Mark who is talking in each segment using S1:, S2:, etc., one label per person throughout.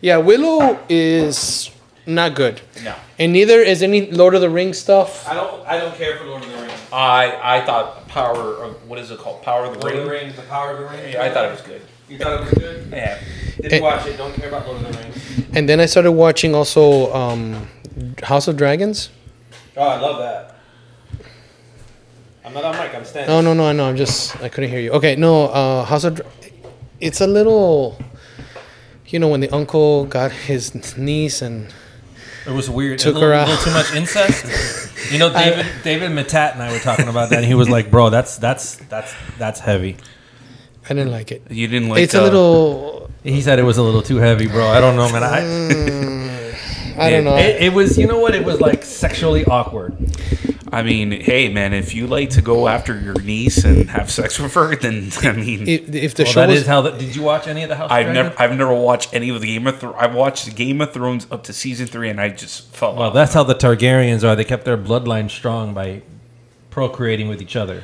S1: Yeah, Willow is not good.
S2: No.
S1: And neither is any Lord of the Rings stuff.
S3: I don't. I don't care for Lord of the Rings.
S2: I I thought Power. Or what is it called? Power of the
S3: Lord of the
S2: Ring.
S3: Rings, The Power of the Rings.
S2: Yeah, I thought it was good.
S3: You thought it was good.
S2: Yeah.
S1: It-
S3: Didn't watch it. Don't care about Lord of the Rings.
S1: And then I started watching also um, House of Dragons.
S3: Oh, I love that. I'm not on mic. I'm standing.
S1: No, no, no, no. I'm just I couldn't hear you. Okay, no. Uh, House of, Dra- it's a little, you know, when the uncle got his niece and
S4: It was weird.
S1: Took
S4: a little,
S1: her out.
S4: A little too much incest. you know, David David Matat and I were talking about that, and he was like, "Bro, that's that's that's that's heavy."
S1: I didn't like it.
S5: You didn't like.
S1: it's a
S5: uh,
S1: little.
S4: He said it was a little too heavy, bro. I don't know, man.
S1: Mm.
S4: I,
S1: I don't know.
S4: it, it was, you know what? It was like sexually awkward.
S5: I mean, hey, man, if you like to go after your niece and have sex with her, then I mean,
S1: if, if the
S4: Well,
S1: show
S4: that
S1: was,
S4: is how. The, did you watch any of the House? of
S5: I've
S4: Dragon?
S5: never, I've never watched any of the Game of Thrones. I watched Game of Thrones up to season three, and I just fell
S4: Well,
S5: off.
S4: that's how the Targaryens are. They kept their bloodline strong by procreating with each other.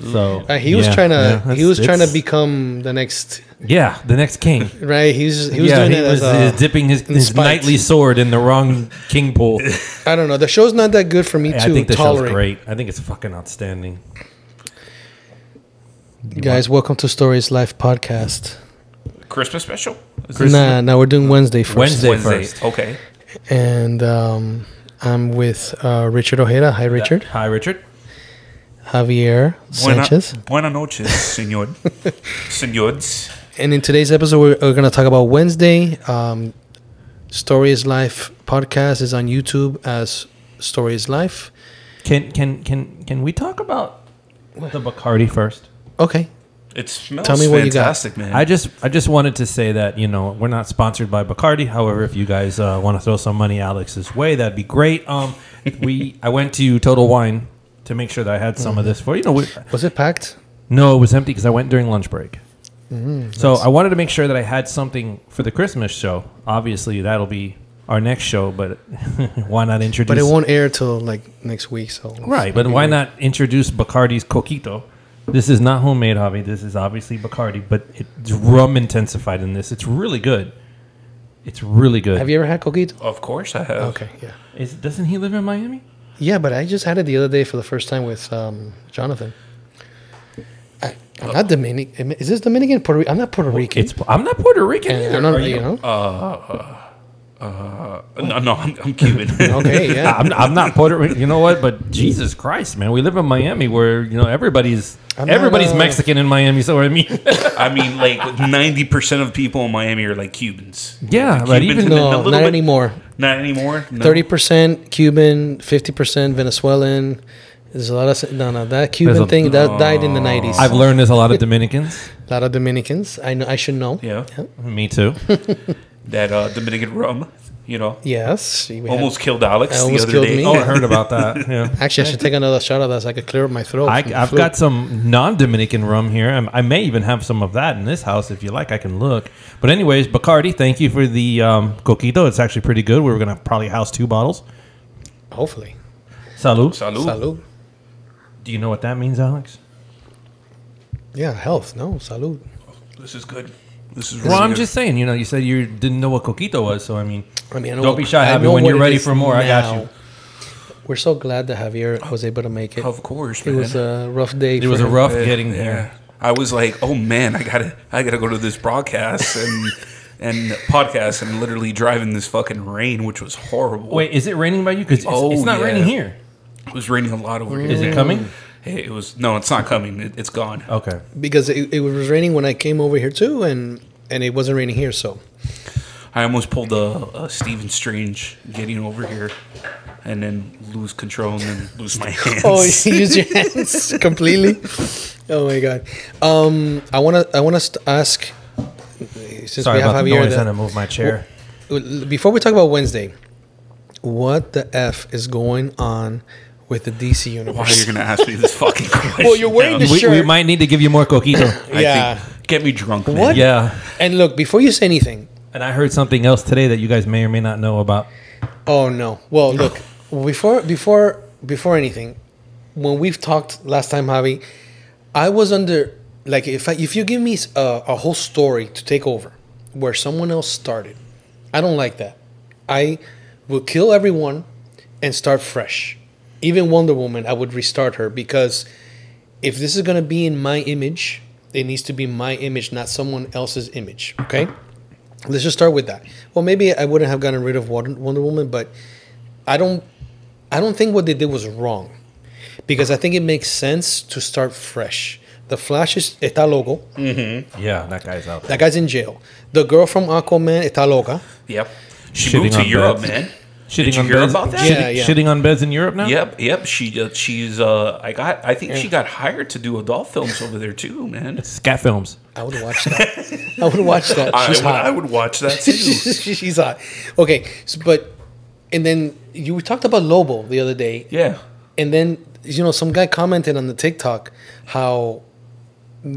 S4: So
S1: uh, he was
S4: yeah,
S1: trying
S4: yeah,
S1: to he
S4: that's-
S1: was trying to
S4: it's-
S1: become the next
S4: yeah the next king.
S1: right. He was he was
S4: yeah,
S1: doing
S4: he
S1: it
S4: was
S1: as a,
S4: uh, dipping his, his
S1: spite.
S4: knightly sword in the wrong king pool.
S1: I don't know. The show's not that good for me
S4: Yeah,
S1: to
S4: I think the
S1: tolerate.
S4: show's great. I think it's fucking outstanding.
S1: Guys, welcome to Stories Life podcast.
S5: Christmas special. Is this-
S1: Nah, nah, we're doing Wednesday first.
S4: Wednesday,
S5: Wednesday.
S4: first.
S5: Okay.
S1: And um, I'm with uh, Richard Ojeda. Hi, Richard.
S4: Hi, Richard.
S1: Javier
S5: Buena-
S1: Sanchez.
S5: Buena noches, senor. Senores.
S1: And in today's episode, we're, we're going to talk about Wednesday. Um, Story is Life podcast is on YouTube as Story is Life.
S4: Can can can can we talk about the Bacardi first?
S1: Okay.
S5: It smells
S1: Tell me what you got.
S5: fantastic, man.
S4: I just I just wanted to say that you know we're not sponsored by Bacardi. However, if you guys uh, want to throw some money Alex's way, that'd be great. Um, we I went to Total Wine to make sure that I had some
S1: Mm-hmm.
S4: of this for you know. We,
S1: Was it packed?
S4: No, it was empty because I went during lunch break.
S1: Mm-hmm.
S4: so I wanted to make sure that I had something for the Christmas show. Obviously, that'll be our next show, but why not introduce?
S1: But it won't air till like next week. So
S4: Right, but why not introduce Bacardi's Coquito? This is not homemade, Javi. This is obviously Bacardi, but it's rum intensified in this. It's really good. It's really good.
S1: Have you ever had coquito?
S5: of course, I have.
S1: Okay. Yeah.
S4: Is, doesn't he live in Miami?
S1: Yeah, but I just had it the other day for the first time with um, Jonathan. I, I'm not Dominican. Is this Dominican? Puerto Rican? I'm not Puerto Rican.
S4: Oh, It's. I'm not Puerto Rican Oh.
S1: And
S4: either.
S1: I'm not,
S4: Are you?
S1: you know?
S5: Uh, no, no, I'm, I'm Cuban.
S1: okay. Yeah.
S4: I'm, I'm not Puerto Rican. You know what? But Jesus Christ, man, we live in Miami, where you know everybody's
S1: I'm not,
S4: everybody's
S1: uh,
S4: Mexican in Miami. So I mean,
S5: I mean, like 90% of people in Miami are like Cubans.
S4: yeah,
S5: The
S4: but
S5: Cubans
S4: even
S5: in the- a
S1: No,
S5: little
S1: not
S5: bit-
S1: anymore.
S5: Not anymore. No.
S1: Thirty percent Cuban, fifty percent Venezuelan. There's a lot of no, no. That Cuban
S4: a- Oh.
S1: thing that died in the nineties.
S4: I've learned there's a lot of Dominicans.
S1: a lot of Dominicans. I know. I should know.
S5: Yeah.
S4: Me too.
S5: That uh, Dominican rum, you know,
S1: Yes. we had-
S5: almost killed Alex
S1: I
S5: the
S1: almost
S5: other
S1: killed
S5: day.
S1: me.
S4: Oh, I heard about that. Yeah.
S1: actually, I should take another shot of that so I could clear up my throat.
S4: I,
S1: from the
S4: I've
S1: flu.
S4: got some non-Dominican rum here. I'm, I may even have some of that in this house if you like. I can look. But anyways, Bacardi, thank you for the um, coquito. It's actually pretty good. We were gonna probably house two bottles.
S1: Hopefully.
S4: Salud.
S5: Salud.
S1: Salud.
S4: Do you know what that means, Alex?
S1: Yeah, health. No, salud.
S5: This is good. This is really
S4: Well, I'm
S5: good.
S4: just saying. You know, you said you didn't know what coquito was, so I mean,
S1: I mean, I know
S4: Don't be shy,
S1: I
S4: Javi.
S1: know
S4: When
S1: what
S4: you're
S1: it
S4: ready
S1: is
S4: for more, I got you.
S1: We're so glad that Javier was able to make it.
S5: Of course,
S1: It
S5: man.
S1: was uh, a rough day.
S4: it was a rough getting
S5: Yeah.
S4: here.
S5: I was like, oh man, I gotta, I gotta go to this broadcast and and podcast and literally drive in this fucking rain, which was horrible.
S4: Wait, is it raining by you? Because it's,
S5: Oh,
S4: it's not
S5: yeah.
S4: raining here.
S5: it was raining a lot over here.
S4: Is it
S5: man.
S4: coming?
S5: Hey, it was no, it's not coming. It, it's gone.
S4: Okay.
S1: because it, it was raining when I came over here too, and and it wasn't raining here. So
S5: I almost pulled a, a Stephen Strange getting over here, and then lose control and then lose my hands.
S1: oh, you used your hands completely. Oh my god. Um, I wanna I wanna st- ask since
S4: Sorry
S1: we have
S4: about the
S1: Javier
S4: noise.
S1: that-
S4: I'm gonna move my chair.
S1: before we talk about Wednesday, what the f is going on with the DC
S5: Why
S1: universe?
S5: are you gonna ask me this fucking question?
S1: Well, you're wearing the
S5: now?
S4: We, we
S1: Sure.
S4: might need to give you more coquito.
S5: I
S1: Yeah.
S5: think- get me drunk, man.
S1: What?
S4: yeah.
S1: And look, before you say anything,
S4: And I heard something else today that you guys may or may not know about.
S1: Oh no. Well, look, before before before anything, when we've talked last time, Javi, I was under like if I, if you give me s- a, a whole story to take over where someone else started, I don't like that. I would kill everyone and start fresh. Even Wonder Woman, I would restart her because if this is gonna be in my image, it needs to be my image, not someone else's image. Okay, let's just start with that. Well, maybe I wouldn't have gotten rid of Won- Wonder Woman, but I don't, I don't think what they did was wrong, because I think it makes sense to start fresh. The Flash is está loco.
S4: Yeah, that guy's out.
S1: That guy's in jail. The girl from Aquaman está loca.
S5: Yep. She
S4: Shitting
S5: moved to
S4: on
S5: Europe,
S4: beds.
S5: man.
S4: Shitting
S5: Did you
S4: on
S5: hear
S4: beds.
S5: about that?
S1: Yeah,
S4: Shitting-
S1: yeah.
S4: Shitting on beds in Europe now.
S5: Yep, yep. She uh, she's uh, I got. I think she got hired to do adult films over there too, man.
S4: Scat films.
S1: I would watch that. I would watch that.
S5: I,
S1: She's
S5: would,
S1: hot.
S5: I would watch that too.
S1: She's hot. Okay, so, but and then you talked about Lobo the other day,
S5: yeah.
S1: and then you know some guy commented on the TikTok how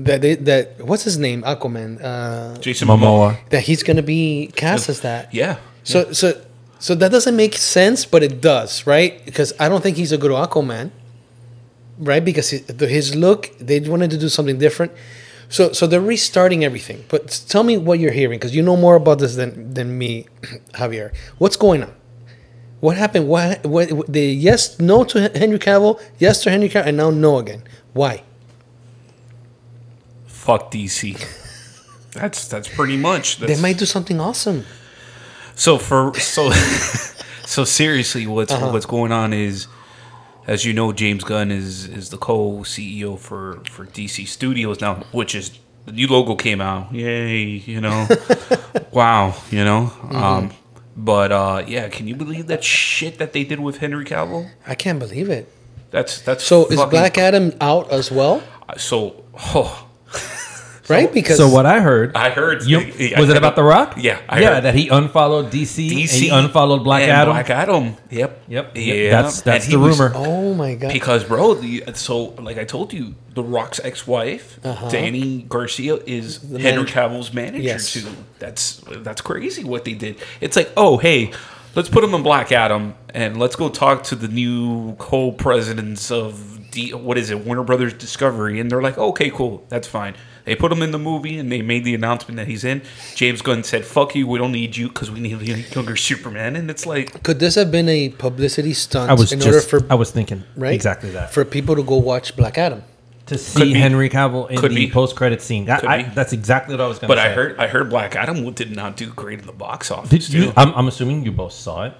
S1: that they, that what's his name Aquaman uh,
S5: Jason
S4: Momoa.
S1: that he's gonna be cast as that.
S5: Yeah.
S1: So so so that doesn't make sense, but it does, right? Because I don't think he's a good Aquaman, right? Because his, the- his look, they wanted to do something different. So so they're restarting everything. But s- tell me what you're hearing, because you know more about this than than me, Javier. What's going on? What happened? What what what- they yes no to Hen- Henry Cavill, yes to Henry Cavill, and now no again. Why?
S5: Fuck DC. That's that's pretty much. That's,
S1: They might do something awesome.
S5: So for so so seriously, what's
S1: Uh-huh.
S5: what's going on is, as you know, James Gunn is is the co CEO for for DC Studios now, which is the new logo came out. Yay! You know, wow! You know,
S1: Mm-hmm.
S5: um, but uh, yeah, can you believe that shit that they did with Henry Cavill?
S1: I can't believe it.
S5: That's that's
S1: So is
S5: fucking-
S1: Black Adam out as well?
S5: So oh,
S1: Right? Because
S4: So what I heard,
S5: I heard
S4: you,
S5: I-
S4: was
S5: I-
S4: it about The Rock?
S5: Yeah, I
S4: yeah,
S5: heard.
S4: that he unfollowed DC, and
S5: DC
S4: he unfollowed Black
S5: and
S4: Adam.
S5: Black Adam. Yep.
S4: Yep,
S5: Yeah.
S4: yep, that's that's
S5: And
S4: the
S5: he was-
S4: rumor.
S1: Oh my god.
S5: Because, bro, the so like I told you, The Rock's ex-wife,
S4: Uh-huh.
S5: Danny Garcia, is Henry
S1: manager.
S5: Cavill's manager
S1: Yes.
S5: too. That's that's crazy what they did. It's like, oh hey, let's put him in Black Adam and let's go talk to the new co-presidents of D, what is it, Warner Brothers Discovery, and they're like, okay, cool, that's fine. They put him in the movie and they made the announcement that he's in. James Gunn said, "Fuck you, we don't need you because we need a younger Superman." And it's like,
S1: Could this have been a publicity stunt
S4: I was
S1: in
S4: just,
S1: order for
S4: I was thinking
S1: right
S4: exactly that
S1: for people to go watch Black Adam?
S4: to see
S5: be.
S4: Henry Cavill in
S5: Could
S4: the
S5: be.
S4: post-credit scene. I,
S5: Could
S4: I,
S5: be.
S4: that's exactly what I was going to
S5: but
S4: say.
S5: I heard, I heard Black Adam did not do great in the box office.
S4: Did you?
S5: too.
S4: I'm, I'm assuming you both saw it.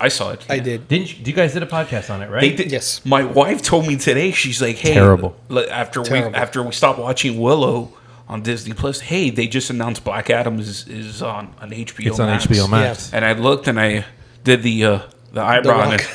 S5: I saw it.
S1: I did.
S4: Didn't you? You guys did a podcast on it, right?
S5: They did.
S1: Yes.
S5: My wife told me today. She's like, "Hey,
S4: Terrible.
S5: l- After
S1: Terrible.
S5: we after we stopped watching Willow on Disney Plus, hey, they just announced Black Adam is, is on on HBO.
S4: It's on HBO Max.
S5: And I looked and I did the uh, the eyebrow
S1: The
S5: and,
S1: Rock.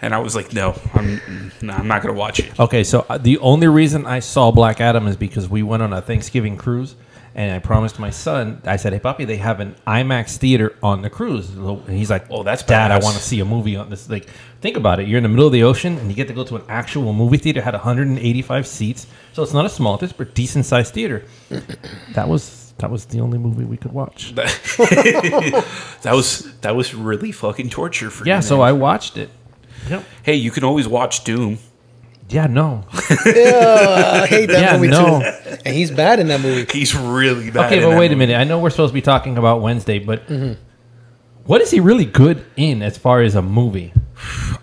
S5: and I was like, "No, I'm mm, no, I'm not gonna watch it."
S4: Okay, so uh, the only reason I saw Black Adam is because we went on a Thanksgiving cruise, and I promised my son. I said, "Hey, papi, they have an IMAX theater on the cruise." And he's like,
S5: Oh, that's
S4: dad. I
S5: badass."
S4: want to see a movie on this." Like, think about it. You're in the middle of the ocean, and you get to go to an actual movie theater. It Had 185 seats, so it's not a small, it's a decent sized theater. that was that was the only movie we could watch.
S5: That was that was really fucking torture for
S4: yeah,
S5: you.
S4: so I watched it. Yep.
S5: hey, you can always watch Doom.
S4: Yeah, no.
S1: I hate that
S4: Yeah,
S1: movie
S4: no.
S1: too. And he's bad in that movie.
S5: He's really bad.
S4: Okay,
S5: in
S4: but
S5: that
S4: wait a
S5: movie.
S4: minute. I know we're supposed to be talking about Wednesday, but
S1: Mm-hmm.
S4: what is he really good in as far as a movie?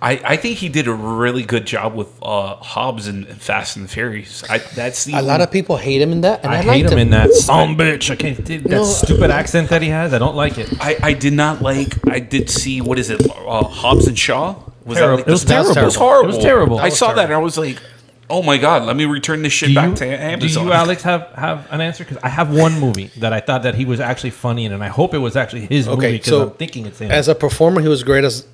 S5: I, I think he did a really good job with uh, Hobbs and Fast and the Furious. I, that's the
S1: A lot of people hate him in that, and I,
S4: I, hate
S1: liked
S4: him,
S1: him,
S4: in that son bitch. I can't that
S1: No.
S4: stupid accent that he has. I don't like it.
S5: I, I did not like. I did see what is it? Uh, Hobbs and Shaw. Was
S4: Terrible.
S5: like
S4: It was
S5: the-
S4: terrible.
S5: It was horrible.
S4: It was terrible.
S5: I
S4: That was
S5: saw that and I was like, oh my god, let me return this shit
S4: Do
S5: back
S4: you,
S5: to
S4: do
S5: Amazon.
S4: you, Alex, have, have an answer? Because I have one movie that I thought that he was actually funny in, and I hope it was actually his movie
S1: Okay,
S4: because
S1: so
S4: I'm thinking it's him.
S1: as a performer, he was great as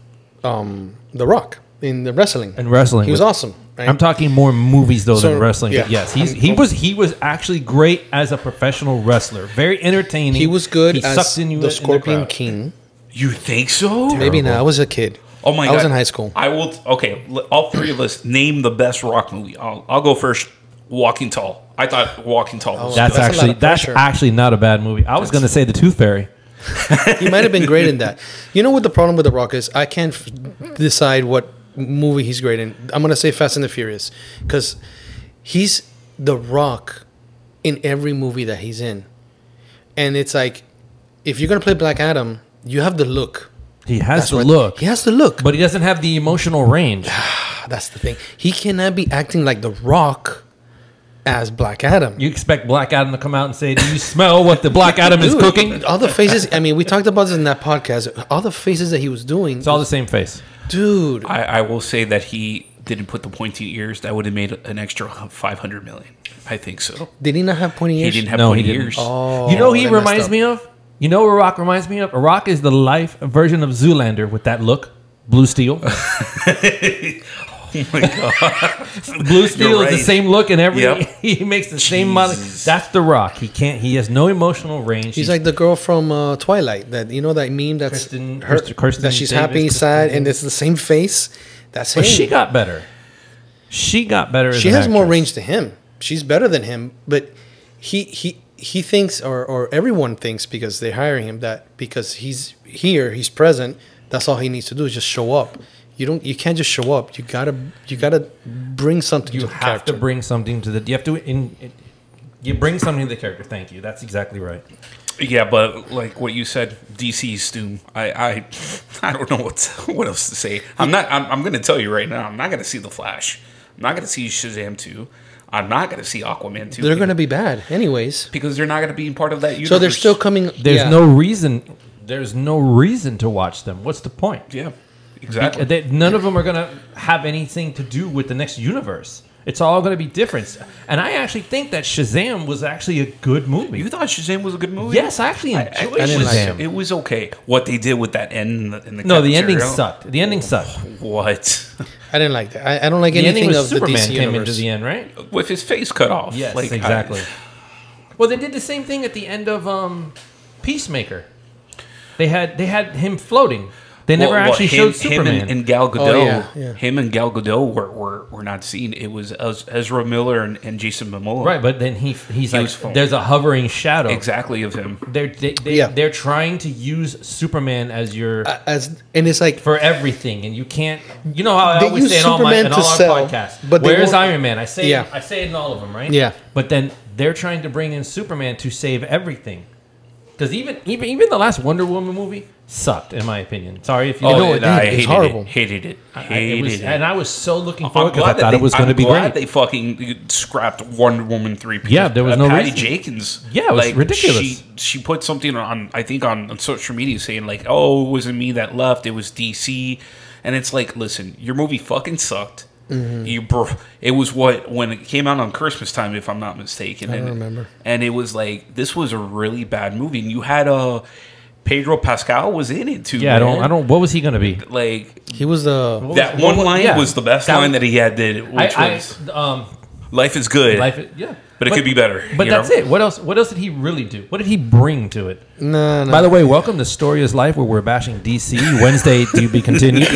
S1: um, The Rock in the wrestling.
S4: In wrestling.
S1: he was awesome. Right?
S4: I'm talking more movies though
S1: So,
S4: than wrestling. but
S1: yeah.
S4: yes, he's,
S1: I'm-
S4: he was he was actually great as a professional wrestler. Very entertaining.
S1: he was good
S4: He
S1: as
S4: sucked in you
S1: the
S4: in
S1: Scorpion
S4: crowd.
S1: King.
S5: You think so?
S1: Maybe not. I was a kid.
S5: Oh my
S1: I
S5: god,
S1: was in high school.
S5: I will. Okay, l- all three of us name the best rock movie. I'll, I'll go first. Walking Tall. I thought Walking Tall was
S4: That's,
S1: Oh, That's a lot
S4: actually
S1: of
S4: that's
S1: pressure.
S4: actually not a bad movie. I was going to say The Tooth Fairy.
S1: He might have been great in that. You know what the problem with The Rock is? I can't f- decide what movie he's great in. I'm gonna say Fast and the Furious because he's The Rock in every movie that he's in, and it's like if you're gonna play Black Adam, You have the look.
S4: He has
S1: That's
S4: to
S1: what-
S4: look,
S1: He has the look. Ah,
S4: but he doesn't have the emotional range.
S1: That's the thing. He cannot be acting like The Rock as Black Adam.
S4: You expect Black Adam to come out and say, "Do you smell what the Black Adam is
S1: Dude,
S4: cooking?"
S1: All the faces. I mean, we talked about this in that podcast. All the faces that he was doing.
S4: It's all the same face.
S1: dude.
S5: I, I will say that he didn't put the pointy ears. That would have made an extra five hundred million. I think so.
S1: Did he not have pointy
S5: He
S1: ears?
S5: didn't have
S4: No, he
S5: pointy
S4: didn't.
S5: ears.
S1: Oh,
S4: you know, he
S1: they messed
S4: reminds
S1: up.
S4: me of. You know, what Rock reminds me of. Rock is the life version of Zoolander with that look, blue steel.
S5: Oh my god!
S4: Blue Steel
S5: right.
S4: is the same look in every.
S5: Yep.
S4: He makes the same model.
S5: Jesus.
S4: That's The Rock. He can't. He has no emotional range.
S1: She's like the girl from uh, Twilight. That you know that meme that's
S4: Kristen-
S1: her,
S4: Kirsten- Kirsten
S1: that she's
S4: Davis,
S1: happy,
S4: Kristen
S1: sad, and
S4: Davis.
S1: it's the same face. That's him.
S4: But she got better. She got better. As
S1: she
S4: an
S1: has more
S4: actress.
S1: range than him. She's better than him, but he he he thinks or or everyone thinks because they hire him that because he's here, he's present, that's all he needs to do is just show up. You don't you can't just show up. You got to you got to bring something
S4: You
S1: to the
S4: have
S1: character.
S4: to bring something to the. You have to. In, in- you bring something to the character. Thank you. That's exactly right.
S5: yeah, but like what you said, DC Stoom. I I, I don't know what what else to say. I'm not. I'm, I'm going to tell you right now. I'm not going to see the Flash. I'm not going to see Shazam two. I'm not going to see Aquaman two.
S1: They're going to be bad anyways.
S5: because they're not going to be part of that universe.
S1: So they're still coming
S4: There's
S1: yeah.
S4: no reason. There's no reason to watch them. What's the point?
S5: yeah,
S4: Uh,
S5: exactly.
S4: they- none of them are going to have anything to do with the next universe. It's all going to be different. And I actually think that Shazam was actually a good movie.
S5: you thought Shazam was a good movie?
S4: Yes, I actually
S5: I-
S4: enjoyed
S5: I
S1: didn't
S5: was-
S1: like
S4: Shazam.
S5: it was okay. What they did with that end in the, in the
S4: no, the ending
S5: cafeteria.
S4: sucked. The ending sucked.
S5: What?
S1: I didn't like that. I, I don't like
S4: The ending
S1: anything of
S4: was
S1: the
S4: Superman
S1: DC
S4: came
S1: universe.
S4: into the end, right?
S5: With his face cut off.
S4: Yes,
S5: Like, I-
S4: exactly. well, they did the same thing at the end of um, Peacemaker. They had they had him floating. They never
S5: Well, well,
S4: actually
S5: him,
S4: showed
S5: him
S4: Superman.
S5: and, and Gal Gadot.
S1: Oh, yeah, yeah.
S5: Him and Gal Gadot were, were, were not seen. It was Ez- Ezra Miller and, and Jason Momoa.
S4: right, but then he he's
S5: He
S4: like
S5: was floating.
S4: there's a hovering shadow.
S5: Exactly of him.
S4: They're they, they,
S1: Yeah.
S4: they're trying to use Superman as your
S1: As and it's like
S4: for everything, and you can't. You know how I
S1: They
S4: always
S1: use
S4: say in all my
S1: Superman
S4: in
S1: to
S4: all our
S1: sell,
S4: podcasts.
S1: but
S4: But
S1: they
S4: where's
S1: won't-
S4: Iron Man? I say
S1: Yeah.
S4: I say it in all of them, right?
S1: Yeah.
S4: But then they're trying to bring in Superman to save everything. Because even even even the last Wonder Woman movie sucked, in my opinion. Sorry if you
S5: Oh,
S1: know, it
S5: and I
S1: did. It's
S5: hated
S1: horrible.
S5: it. Hated it. Hated
S4: I, it was,
S5: it.
S4: and I was so looking
S5: I'm
S4: forward because I
S5: that
S4: thought
S5: they-
S4: it was going to
S5: I'm
S4: be
S5: glad
S4: great.
S5: They fucking scrapped Wonder Woman three. because,
S4: Yeah, there was
S5: uh,
S4: no
S5: Patty
S4: reason.
S5: Jenkins.
S4: Yeah, it was ridiculous.
S5: She, she put something on I think on, on social media saying like, "Oh, it wasn't me that left. It was DC." And it's like, listen, your movie fucking sucked.
S4: Mm-hmm.
S5: You bro, it was what when it came out on Christmas time, if I'm not mistaken. I
S1: don't remember.
S5: And it was like this was a really bad movie, and you had a. Pedro Pascal was in it too.
S4: yeah, I don't
S5: man.
S4: I don't. What was he going to be?
S5: like
S1: he was the
S5: that
S4: was-
S5: one
S4: what-
S5: line
S4: yeah.
S5: was the best
S4: That-
S5: line that he had did, which
S4: I,
S5: was
S4: I um
S5: life is good.
S4: life. Yeah,
S5: But it could be better,
S4: But
S5: you
S4: that's
S5: know?
S4: it. What else? What else did he really do? What did he bring to it?
S1: no no.
S4: By the way, welcome to Story is Life, where we're bashing DC. Wednesday, to be continued.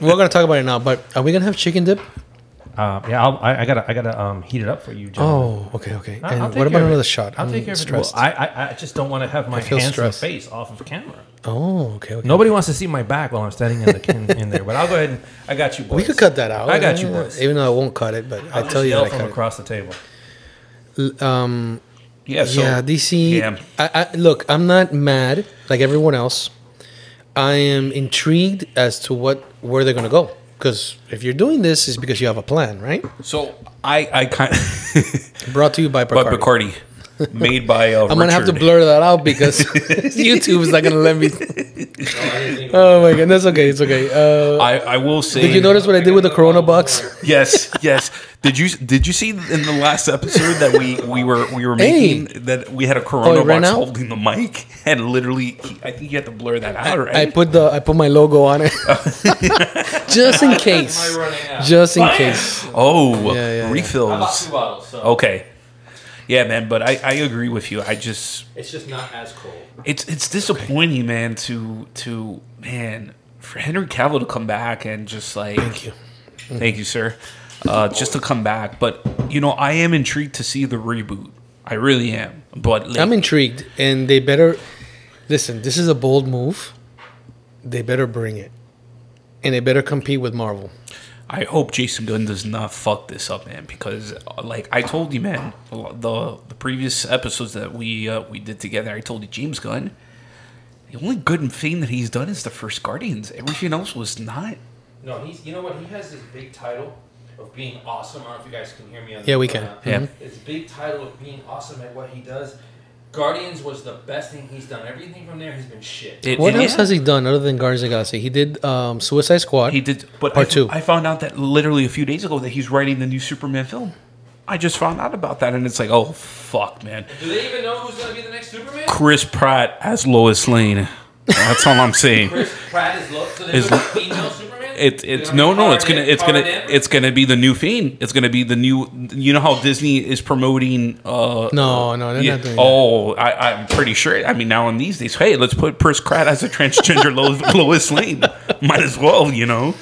S1: We're gonna talk about it now, but are we gonna have chicken dip?
S4: Um, yeah, I'll, I, I gotta, I gotta um, heat it up for you, gentlemen.
S1: Oh, okay, okay.
S4: I-
S1: and
S4: I'll take
S1: what
S4: care
S1: about
S4: of it.
S1: another shot?
S4: I'll
S1: I'm
S4: take care of it. Well,
S1: stressed.
S4: I, I, I just don't want to have my
S1: feel
S4: hands and
S1: stressed.
S4: face off of camera.
S1: oh, okay, okay.
S4: Nobody wants to see my back while I'm standing in the in, in there. But I'll go ahead and I got you boys.
S1: we could cut that out.
S4: I got you,
S1: Yeah,
S4: boys.
S1: Even though I won't cut it, but i
S4: I'll
S1: tell
S4: just
S1: you
S4: yell
S1: that I
S4: from
S1: cut
S4: across the table.
S1: it. Um,
S5: yeah, so
S1: yeah, DC.
S5: Yeah.
S1: I, I, look, I'm not mad like everyone else. I am intrigued as to what where they're gonna go. Because if you're doing this, it's because you have a plan, right?
S5: So I, I kind,
S1: Brought to you by
S5: but
S1: Bacardi.
S5: Bacardi, made by. Uh,
S1: I'm gonna have to
S5: Richard.
S1: blur that out because YouTube is not gonna let me. oh my god, that's okay. It's okay. Uh,
S5: I, I will say.
S1: Did you notice what I did with the Corona box?
S5: Yes, yes. Did you did you see in the last episode that we we were we were
S1: Hey.
S5: making that we had a Corona
S1: it ran
S5: box
S1: out?
S5: holding the mic and literally I think you have to blur that out. Right?
S1: I put the I put my logo on it, just in case. Just in case.
S5: oh,
S1: Yeah, yeah, yeah.
S5: refills.
S4: bottles, so
S5: Okay. Yeah, man. But I I agree with you. I just
S4: it's just not as cold.
S5: it's it's disappointing, man. To to man for Henry Cavill to come back and just like thank you, Mm-hmm. thank you, sir, uh, just to come back. But you know, I am intrigued to see the reboot. I really am. But like,
S1: I'm intrigued, and they better listen. This is a bold move. They better bring it, and they better compete with Marvel.
S5: I hope Jason Gunn does not fuck this up, man. Because uh, like I told you, man, the the previous episodes that we uh, we did together, I told you James Gunn The only good thing that he's done is the first Guardians. Everything else was not.
S4: No, he's. You know what? He has this big title of being awesome. I don't know if you guys can hear me. On
S1: Yeah, we
S4: the-
S1: can.
S4: uh,
S5: Yeah.
S4: This big title of being awesome at what he does. Guardians was the best thing he's done. Everything from there has been shit.
S5: It-
S1: What
S5: it-
S1: else has he done other than Guardians of the Galaxy? He did um, Suicide Squad.
S5: He did, but
S1: Part
S5: I,
S1: two.
S5: I found out that literally a few days ago that he's writing the new Superman film. I just found out about that, and it's like, oh fuck, man.
S4: Do they even know who's gonna be the next Superman?
S5: Chris Pratt as Lois Lane. That's all I'm saying.
S4: Chris Pratt is low. So
S5: Is-
S4: there's a female Superman.
S5: It's
S4: They're
S5: it's
S4: gonna
S5: no no
S4: power
S5: it's gonna
S4: him-
S5: it's
S4: power
S5: gonna
S4: them?
S5: it's gonna be the new fiend. It's gonna be the new. You know how Disney is promoting. uh
S1: no, no, they're
S5: yeah,
S1: not doing that.
S5: oh, I, I'm pretty sure. I mean, now in these days, hey, let's put Chris Pratt as a transgender Lo- Lois Lane. Might as well, you know.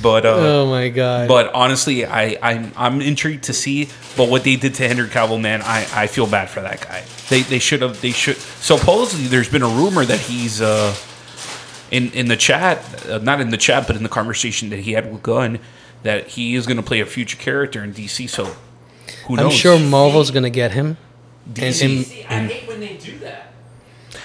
S5: But uh,
S1: Oh my god!
S5: But honestly, I, I'm I'm intrigued to see. But what they did to Henry Cavill, man, I, I feel bad for that guy. They they should have they should. Supposedly, there's been a rumor that he's uh in in the chat, uh, not in the chat, but in the conversation that he had with Gunn, that he is going to play a future character in DC. So who knows?
S1: I'm sure Marvel's gonna get him. And,
S5: DC.
S1: and
S4: See, I hate when they do that.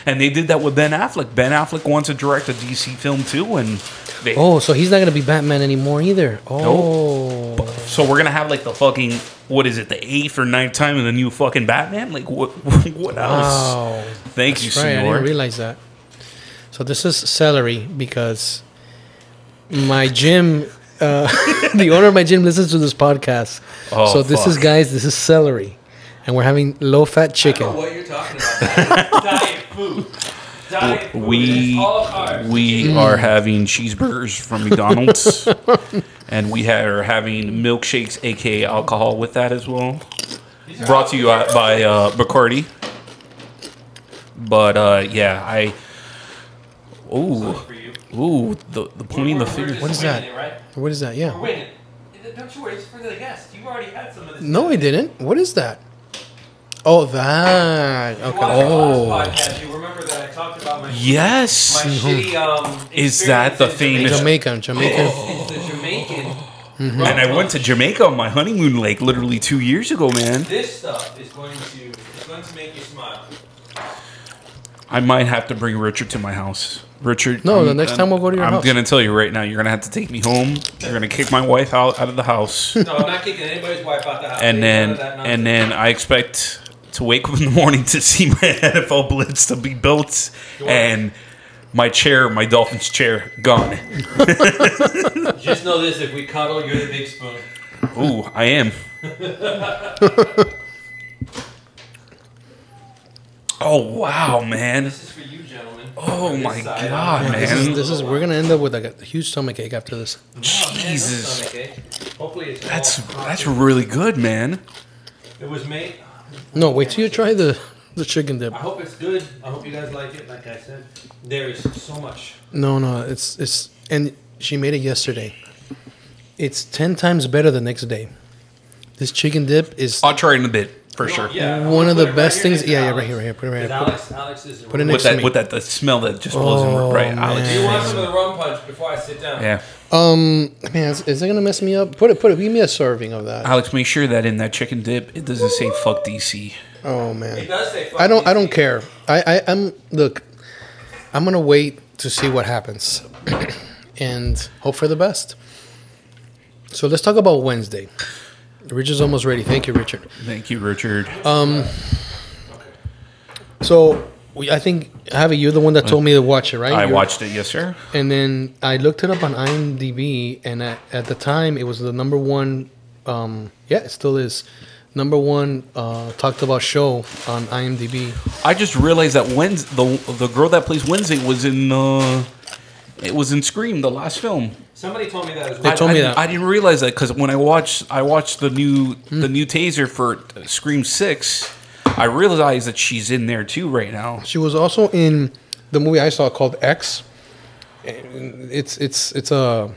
S5: And they did that with Ben Affleck. Ben Affleck wants to direct a DC film too, and they,
S1: oh, so he's not gonna be Batman anymore either. Oh,
S5: So we're gonna have like the fucking what is it the eighth or ninth time in the new fucking Batman? Like what what else?
S1: wow!
S5: Thank you,
S1: Right, I
S5: senor.
S1: didn't realize that. So this is celery because my gym, uh, the owner of my gym listens to this podcast.
S5: Oh,
S1: so this is
S5: fuck.
S1: guys, this is celery, and we're having low-fat
S4: I don't know
S1: chicken.
S4: what you're talking about. Diet food. Diet food.
S5: we
S4: It's all carbs.
S5: we
S1: Mm.
S5: are having cheeseburgers from McDonald's, and we had, are having milkshakes, aka alcohol, with that as well. Brought to you out by uh, Bacardi. But uh, yeah, I. Ooh,
S4: for you.
S5: ooh, the, the pointing the
S4: We're- we're
S5: finger.
S4: just
S1: What is
S4: winging
S1: that?
S4: it, right?
S1: What is that?
S4: We're
S1: Yeah.
S4: winging it. Don't you worry, it's for the guests. You already had some of this.
S1: No, I didn't. What is that? Oh, that.
S4: You
S1: Okay.
S4: watched the
S5: Oh.
S4: last podcast, you remember that I talked about my, my
S1: Mm.
S5: Yes. mm-hmm.
S4: shitty, um,
S5: Is that the Mm-hmm.
S4: experience in
S1: Jamaican, Jamaican.
S5: Oh.
S4: Jamaica. It's the Jamaican.
S5: And I went to Jamaica on my honeymoon, like literally two years ago, man.
S4: This stuff is going to it's going to make you smile.
S5: I might have to bring Richard to my house. Richard,
S1: No, the next time we'll go to your
S5: I'm
S1: house.
S5: gonna tell you right now. You're gonna have to take me home. You're gonna kick my wife out out of the house,
S4: No, I'm not kicking anybody's wife out the house.
S5: and
S4: Ain't
S5: then
S4: none of that nonsense.
S5: and then I expect to wake up in the morning to see my NFL blitz to be built and my chair, my Dolphins chair, gone.
S4: just know this: if we cuddle, you're the big spoon.
S5: Ooh, I am. oh wow, man.
S4: This is for you, gentlemen.
S5: Oh
S4: This
S5: my
S4: side.
S5: god,
S4: Oh,
S5: man.
S1: This is, this is we're gonna end up with like a huge stomach ache after this.
S4: man, no
S5: Jesus.
S4: stomach ache. Hopefully it's
S5: That's
S4: all-
S5: that's really good, man.
S4: It was made.
S1: No, wait till you try the the chicken dip.
S4: I hope it's good. I hope you guys like it. Like I said, there is so much.
S1: No, no, it's it's and she made it yesterday. It's ten times better the next day. This chicken dip is
S5: I'll try it in a bit for
S4: You
S5: sure.
S4: know, yeah,
S1: One of
S4: I'll put
S1: the
S4: it
S1: best
S4: here
S1: things-
S4: next to
S1: yeah, yeah,
S4: Alex,
S1: right here, right here. Put it right
S4: 'cause
S1: here.
S4: Alex, Alex is.
S1: put it
S5: With
S1: next to
S5: that
S1: me.
S5: with that the smell that just blows in
S1: Oh,
S5: right, Alex.
S4: Do you want
S1: man.
S4: some of the rum punch before I sit down?
S5: Yeah,
S1: um, man, is, is it gonna mess me up? Put it, put it. Give me a serving of that.
S5: Alex, make sure that in that chicken dip it doesn't say "fuck DC."
S1: Oh
S4: It
S1: man,
S4: does say.
S1: I don't, I
S4: fuck
S1: don't
S4: DC.
S1: care. I, I, I'm look. I'm gonna wait to see what happens, and hope for the best. So let's talk about Wednesday. Richard's almost ready. Thank you, Richard.
S5: Thank you, Richard.
S1: So we, I think Javi, you're the one that told me to watch it, right?
S5: I
S1: You're-
S5: watched it, yes, sir.
S1: And then I looked it up on IMDb, and at, at the time it was the number one. Um, yeah, it still is number one uh, talked about show on IMDb.
S5: I just realized that Wednesday, the the girl that plays Wednesday was in uh, it was in Scream, the last film.
S4: Somebody told me that as
S1: They
S4: well.
S5: I-
S1: told
S5: I,
S1: me
S5: didn't-
S1: that.
S5: I didn't realize that because when I watched I watched the new
S1: Hmm.
S5: the new taser for Scream Six, I realized that she's in there too right now.
S1: She was also in the movie I saw called X. And It's it's it's a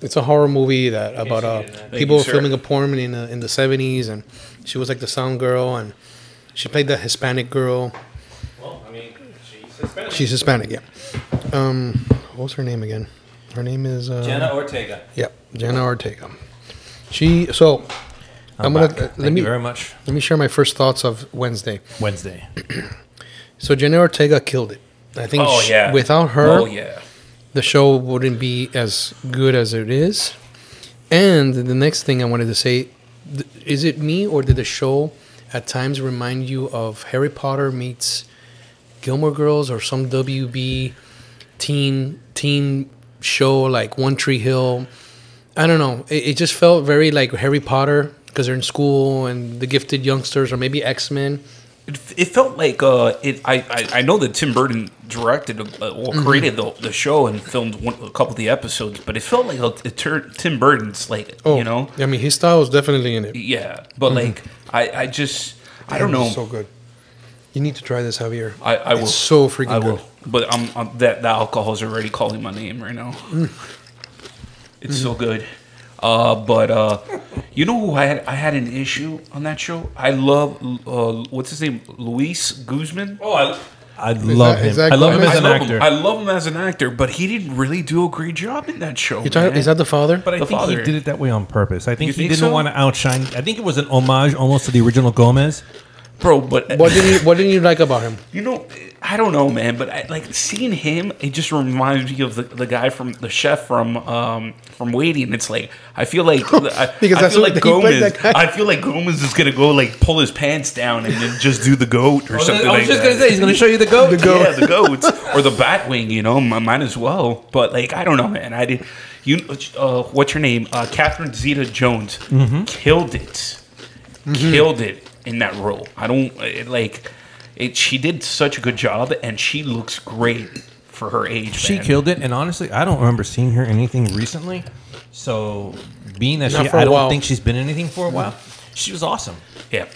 S1: it's a horror movie that about
S4: you
S1: uh,
S4: didn't know. Thank
S1: people
S5: you, sir.
S1: filming a porn in the in the seventies, and she was like the sound girl, and she played the Hispanic girl.
S4: Well, I mean, she's Hispanic.
S1: She's Hispanic, yeah. Um, what was her name again? Her name is uh,
S4: Jenna Ortega.
S1: Yeah, Jenna Ortega. She so I'm,
S6: I'm,
S1: gonna
S6: back.
S1: let
S6: Thank
S1: me
S6: you very much.
S1: let me share my first thoughts of Wednesday.
S6: Wednesday.
S1: So Jenna Ortega killed it. I think
S5: Oh,
S1: sh-
S5: yeah.
S1: without her,
S5: Oh yeah.
S1: the show wouldn't be as good as it is. And the next thing I wanted to say th- is it me or did the show at times remind you of Harry Potter meets Gilmore Girls or some WB teen teen show like One Tree Hill? I don't know. It, it just felt very like Harry Potter because they're in school and the gifted youngsters or maybe X Men.
S5: It, it felt like uh, it. I, I I know that Tim Burton directed uh, or
S1: Mm-hmm.
S5: created the, the show and filmed one, a couple of the episodes, but it felt like a, a tur- Tim Burton's like you know
S1: Oh, I mean, his style is definitely in it.
S5: yeah. But like I I just I
S1: Mm-hmm. Damn,
S5: don't know.
S1: it's So good. You need to try this, Javier.
S5: I, I
S1: it's
S5: will.
S1: so freaking
S5: I will.
S1: good.
S5: But I'm, i that that alcohol's already calling my name right now.
S1: Mm.
S5: It's so
S1: Mm-hmm.
S5: good. Uh, but uh, you know who I had I had an issue on that show. I love uh, what's his name, Luis Guzman.
S2: Oh, I,
S4: I love
S1: that-
S4: him.
S1: is that
S4: I love him
S1: Glenn?
S4: as
S5: I
S4: an
S5: love
S4: actor.
S5: Him. I love him as an actor, but he didn't really do a great job in that show.
S1: You talking?
S5: man.
S1: Is that the father?
S4: But I
S5: The
S4: think
S5: father.
S4: he did it that way on purpose. I think
S5: You
S4: he
S5: think
S4: didn't
S5: so?
S4: want to outshine. I think it was an homage almost to the original Gomez.
S5: bro? But
S1: What did you What didn't you like about him?
S5: You know, I don't know, man, but I, like seeing him, it just reminds me of the, the guy from the chef from um, from Waiting. It's like I feel like I,
S1: Because
S5: I
S1: that's
S5: feel
S1: what
S5: like
S1: they played
S5: Gomez.
S1: that guy.
S5: I feel like Gomez is gonna go like pull his pants down and then just do the goat or something.
S4: I
S5: like
S4: was just
S5: that.
S4: gonna say he's gonna show you the goat.
S5: Yeah, the goats or the Batwing. You know, m- might as well. But like, I don't know, man. I did. You, uh, what's your name? Uh, Catherine Zeta Jones
S4: Mm-hmm.
S5: killed it. Killed it in that role. I don't uh, it, like. It, she did such a good job, and she looks great for her age.
S4: She
S5: man.
S4: killed it, and honestly, I don't remember seeing her anything recently. So, being that
S1: Not
S4: she,
S1: for a
S4: I don't
S1: while.
S4: think she's been in anything for a while. She was awesome.
S5: Yeah,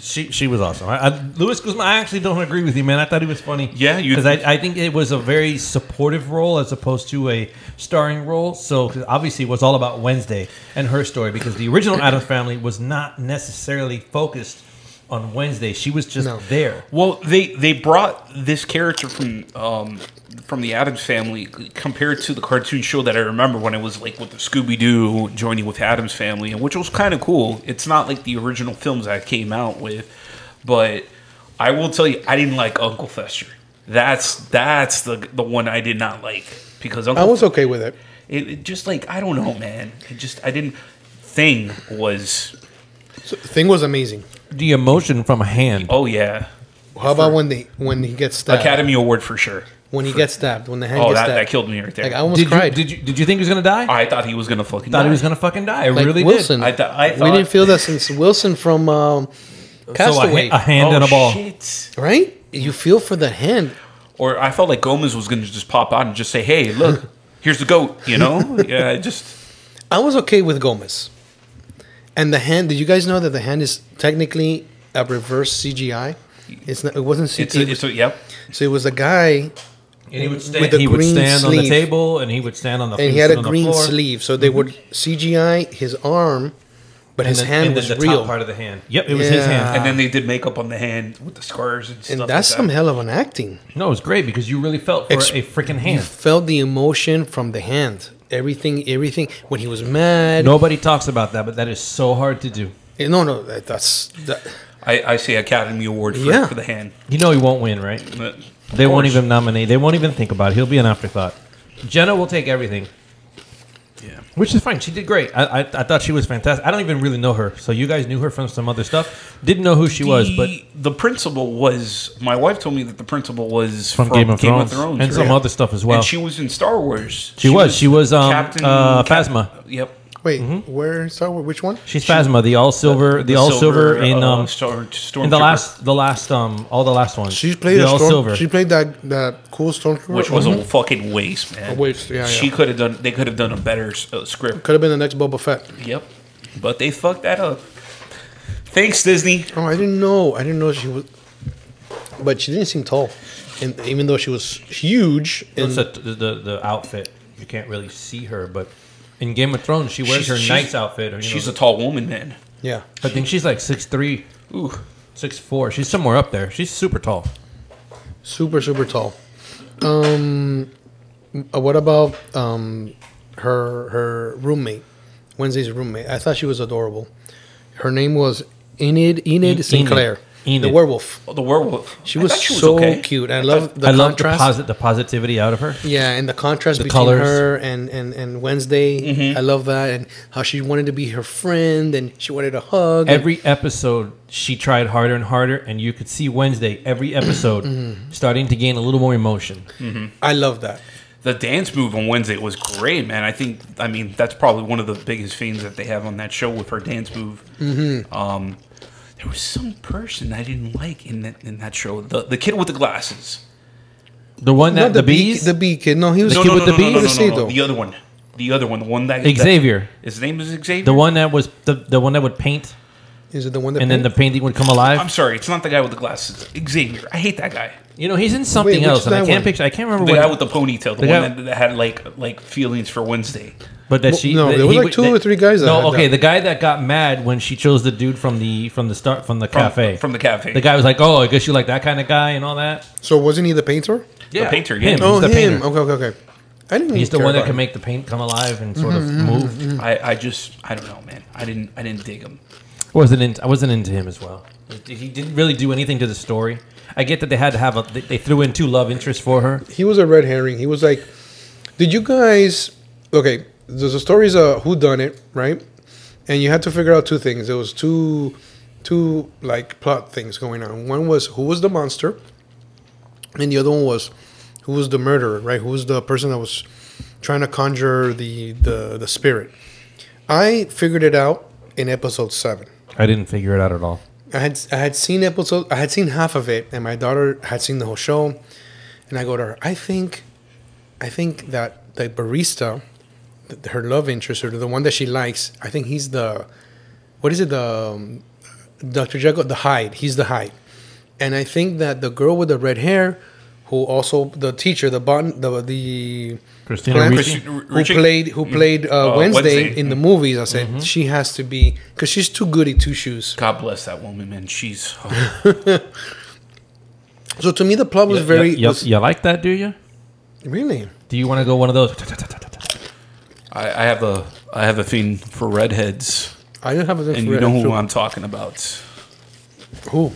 S4: She she was awesome. I, I, Louis Guzman, I actually don't agree with you, man. I thought he was funny.
S5: Yeah, you-
S4: because I, I think it was a very supportive role as opposed to a starring role. So 'cause obviously, it was all about Wednesday and her story because the original Adams Family was not necessarily focused on Wednesday. She was just
S1: No.
S4: there.
S5: Well, they they brought this character from um, from the Adams Family compared to the cartoon show that I remember when it was like with the Scooby Doo joining with Adams Family, and which was kind of cool. It's not like the original films I came out with, but I will tell you, I didn't like Uncle Fester. That's that's the the one I did not like because Uncle
S1: I was okay with it.
S5: it, it just like I don't know, man. It just I didn't. Thing was,
S1: So, the thing was amazing.
S4: The emotion from a hand.
S5: oh yeah,
S1: How about when they when he gets stabbed?
S5: Academy Award for sure.
S1: when he gets stabbed. When the hand
S5: Oh,
S1: gets
S5: that,
S1: stabbed.
S5: that killed me right there.
S1: Like I almost
S4: Did you,
S1: cried.
S4: did you did you think he was gonna die?
S5: I thought he was gonna fucking.
S4: thought
S5: die.
S4: he was gonna fucking die. I
S1: like
S4: really
S1: Wilson.
S5: I thought- I
S1: we
S5: thought-
S1: didn't feel that since Wilson from um,
S4: did. So a,
S1: Castaway,
S4: ha- a hand and a ball.
S5: Oh, Shit.
S1: right? You feel for the hand.
S5: Or I felt like Gomez was gonna just pop out and just say, "Hey, look, here's the goat," you know? Yeah, I just
S1: I was okay with Gomez. And the hand. Did you guys know that the hand is technically a reverse CGI? It's not. It wasn't CGI.
S5: it's a, it's a, yep.
S1: so it was a guy
S4: And he would stand,
S1: With the
S4: he would
S1: green
S4: stand on the
S1: sleeve.
S4: table, and he would stand on the
S1: and he had a
S4: on the
S1: green
S4: floor, Mm-hmm.
S1: sleeve, so they would CGI his arm, but
S4: and
S1: his
S4: then-
S1: hand
S4: and then
S1: was
S4: the
S1: real.
S4: top part of the hand. Yep, it was his
S1: Yeah.
S4: hand.
S5: And then they did makeup on the hand with the scars and stuff.
S1: and that's
S5: like
S1: some
S5: that.
S1: hell of an acting.
S4: No, it was great because you really felt for
S1: Ex-
S4: a freaking
S1: You
S4: hand.
S1: felt the emotion from the hand. Everything, everything. When he was mad, no,
S4: Nobody talks about that, but that is so hard to do.
S1: no, no that, that's that,
S5: I, I say Academy Award for,
S1: Yeah.
S5: for the hand.
S4: You know he won't win, right?
S5: But-
S4: They
S5: of
S4: won't
S5: course.
S4: even nominate. They won't even think about it. He'll be an afterthought. Jenna will take everything.
S5: Yeah.
S4: Which is fine. She did great. I, I, I thought she was fantastic. I don't even really know her. So you guys knew her from some other stuff. Didn't know who she was, but
S5: the, the principal was my wife told me that the principal was
S4: from, Game, of, Thrones and some
S5: right?
S4: other stuff as well.
S5: And she was in Star Wars.
S4: She was. She was, um, uh,
S5: Cap-
S4: Phasma.
S5: Yep.
S1: wait,
S4: Mm-hmm.
S1: where Star Wars? Which one?
S4: She's Phasma, the all silver, the, all silver, in
S5: uh,
S4: um
S5: Star,
S4: in the
S5: Stormtrooper.
S4: last the last um all the last ones.
S1: She played
S4: the
S1: a
S4: all
S1: storm.
S4: silver.
S1: She played that that cool stormtrooper,
S5: which was a fucking waste, man.
S1: Mm-hmm. A waste, yeah,
S5: She
S1: yeah.
S5: could have done. They could have done a better uh, script.
S1: could have been the next Boba Fett.
S5: Yep, but they fucked that up. Thanks, Disney.
S1: Oh, I didn't know. I didn't know she was, but she didn't seem tall, and even though she was huge,
S4: It's
S1: and
S4: a, the, the the outfit. You can't really see her, but in Game of Thrones, she wears
S5: She's-
S4: her
S5: she's-
S4: knight's outfit. Or, you
S5: She's
S4: know,
S5: a tall woman, man.
S1: yeah,
S4: I think she's like six three,
S5: Ooh,
S4: six four. She's somewhere up there. She's super tall.
S1: super super tall. Um, uh, what about um, her her roommate, Wednesday's roommate? I thought she was adorable. Her name was Enid Enid
S4: Enid.
S1: Sinclair. the
S4: Enid.
S1: werewolf.
S5: Oh, the werewolf.
S1: She
S5: I
S1: was,
S5: thought
S1: so cute. I love the
S4: I love the,
S1: contrast.
S4: posit- the positivity out of her.
S1: yeah, and the contrast
S4: The
S1: between
S4: colors. Mm-hmm.
S1: her and and and Wednesday. I love that, and how she wanted to be her friend, and she wanted a hug. and-
S4: Every episode, she tried harder and harder, and you could see Wednesday every episode
S1: Mm-hmm.
S4: starting to gain a little more emotion.
S1: I love that.
S5: The dance move on Wednesday was great, man. I think, I mean, that's probably one of the biggest things that they have on that show with her dance move. Um, there was some person I didn't like in that in that show. The the kid with the glasses.
S4: The one that
S1: Not
S4: the,
S1: bee-
S4: bees,
S1: the bee kid. No, he was
S4: kid with the
S5: no, no, no,
S1: bees?
S5: no, no,
S1: Though.
S5: The other one. The other one. The one that
S4: Xavier,
S5: that- his name is Xavier.
S4: the one that was the, the one that would paint,
S1: is it the one that?
S4: and then the painting would come alive.
S5: I'm sorry, it's not the guy with the glasses. Xavier. I hate that guy.
S4: you know, he's in something
S1: which
S4: else, and I
S1: that
S4: can't
S1: one?
S4: picture. I can't remember
S5: The guy
S4: what.
S5: with the ponytail, the, one
S4: The guy-
S5: that, that had like like feelings for Wednesday.
S4: but that
S1: Well,
S4: she
S1: no,
S4: that
S1: there were
S4: he
S1: like
S4: would-
S1: two or three guys that
S4: no,
S1: had
S4: okay,
S1: that.
S4: the guy that got mad when she chose the dude from the from the start from the
S5: From,
S4: cafe.
S5: From the cafe.
S4: the guy was like, "Oh, I guess you like that kind of guy and all that."
S1: so wasn't he the painter?
S5: The painter, yeah.
S4: him.
S1: Oh,
S4: the
S1: him.
S4: painter.
S1: Okay, okay, okay. I didn't.
S4: He's the
S1: care
S4: one that
S1: about
S4: can
S1: him.
S4: make the paint come alive and sort
S1: Mm-hmm,
S4: of move.
S5: I, I just I don't know, man. I didn't I didn't dig him.
S4: wasn't in, I wasn't into him as well. He didn't really do anything to the story. I get that they had to have a they, they threw in two love interests for her.
S1: He was a red herring. He was like, "Did you guys?" Okay, the, the story's a who done it, right? And you had to figure out two things. There was two, two like plot things going on. One was who was the monster, and the other one was who was the murderer, right? Who was the person that was trying to conjure the the the spirit? I figured it out in episode seven.
S4: I didn't figure it out at all.
S1: I had I had seen episode I had seen half of it, and my daughter had seen the whole show, and I go to her. I think, I think that the barista, th- her love interest or the one that she likes, I think he's the, what is it the, um, Doctor Jekyll the Hyde. He's the Hyde, and I think that the girl with the red hair, who also the teacher, the bon the the
S4: Christina
S1: Plant-
S4: Ricci?
S1: who
S5: Ricci?
S1: played who played uh,
S5: Uh,
S1: Wednesday,
S5: Wednesday.
S1: in the movies. I said she has to be because she's too goody two shoes.
S5: God bless that woman, man. She's
S1: So to me, the plot was
S4: You-
S1: very
S4: you,
S1: was-
S4: you like that, do you?
S1: Really?
S4: Do you want to go one of those?
S5: I, I have a I have a thing for redheads.
S1: I didn't have a
S5: And you know who I'm talking about.
S1: Who?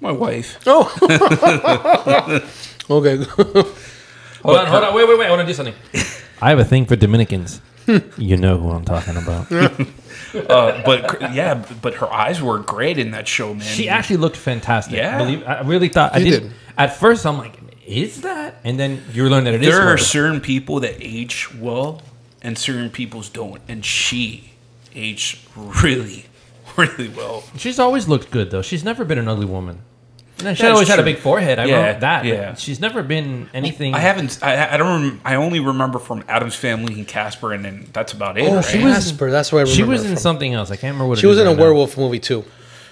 S5: My wife.
S1: Oh. okay.
S4: Hold on, hold on, wait, wait, wait! I want to do something. I have a thing for Dominicans. you know who I'm talking about.
S5: Uh, but cr- yeah, but her eyes were great in that show, man.
S4: she actually looked fantastic.
S5: Yeah.
S4: believe, I really thought I
S1: You
S4: did.
S1: did.
S4: At first, I'm like, is that? And then you learn that it is.
S5: there
S4: her.
S5: are certain people that age well and certain people's don't. And she aged really, really well.
S4: She's always looked good though. She's never been an ugly woman. No, she
S5: That's
S4: always had a
S5: true.
S4: big forehead. I
S5: Yeah,
S4: wrote that.
S5: yeah.
S4: Yeah. She's never been anything.
S5: I haven't. I, I don't. Rem- I only remember from Adam's Family and Casper, and then that's about it.
S1: Oh,
S5: right?
S1: she was Casper. That's where I remember.
S4: She was
S1: her
S4: in
S1: from.
S4: something else. I can't remember what.
S1: She was in a werewolf movie too.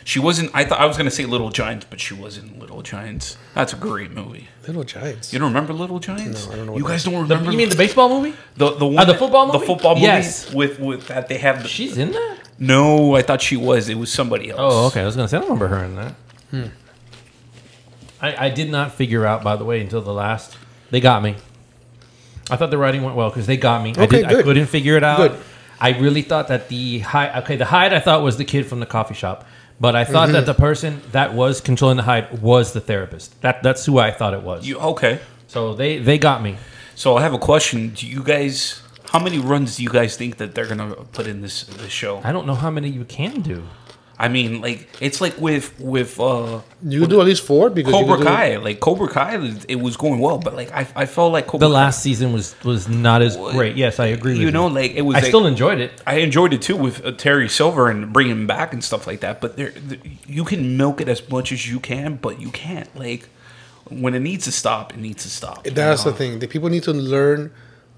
S5: She wasn't. I thought I was gonna say Little Giants, but she wasn't Little Giants. That's a great movie.
S1: Little Giants.
S5: You don't remember Little Giants?
S1: No, I don't know what
S5: You guys don't
S4: The,
S5: remember?
S4: you mean the baseball movie?
S5: the the one
S4: Oh, the
S5: that-
S4: football
S5: The
S4: movie?
S5: football movie.
S4: Yes.
S5: With with that they have. The,
S4: She's in that.
S5: no, I thought she was. It was somebody else.
S4: Oh, okay. I was gonna say I don't remember her in that.
S5: Hmm.
S4: I, I did not figure out, by the way, until the last. They got me. I thought the writing went well because they got me. I,
S1: Okay,
S4: did, I
S1: good.
S4: couldn't figure it out.
S1: Good.
S4: I really thought that the hide. Okay, the hide I thought was the kid from the coffee shop, but I thought
S5: Mm-hmm.
S4: that the person that was controlling the hide was the therapist. That that's who I thought it was.
S5: You okay?
S4: so they they got me.
S5: So I have a question. Do you guys? How many runs do you guys think that they're gonna put in this this show?
S4: I don't know how many you can do.
S5: I mean, like it's like with with uh
S1: You could do at least four because you
S5: Cobra
S1: could do-
S5: Kai. Like Cobra Kai, it was going well, but like I, I felt like Cobra
S4: The last season was was not as great. Yes, I agree. with
S5: you know, like it was.
S4: I
S5: like-
S4: still enjoyed it.
S5: I enjoyed it too with uh, Terry Silver and bringing him back and stuff like that. But there, th you can milk it as much as you can, but you can't. Like when it needs to stop, it needs to stop. you
S1: That's
S5: know?
S1: the thing. The people need to learn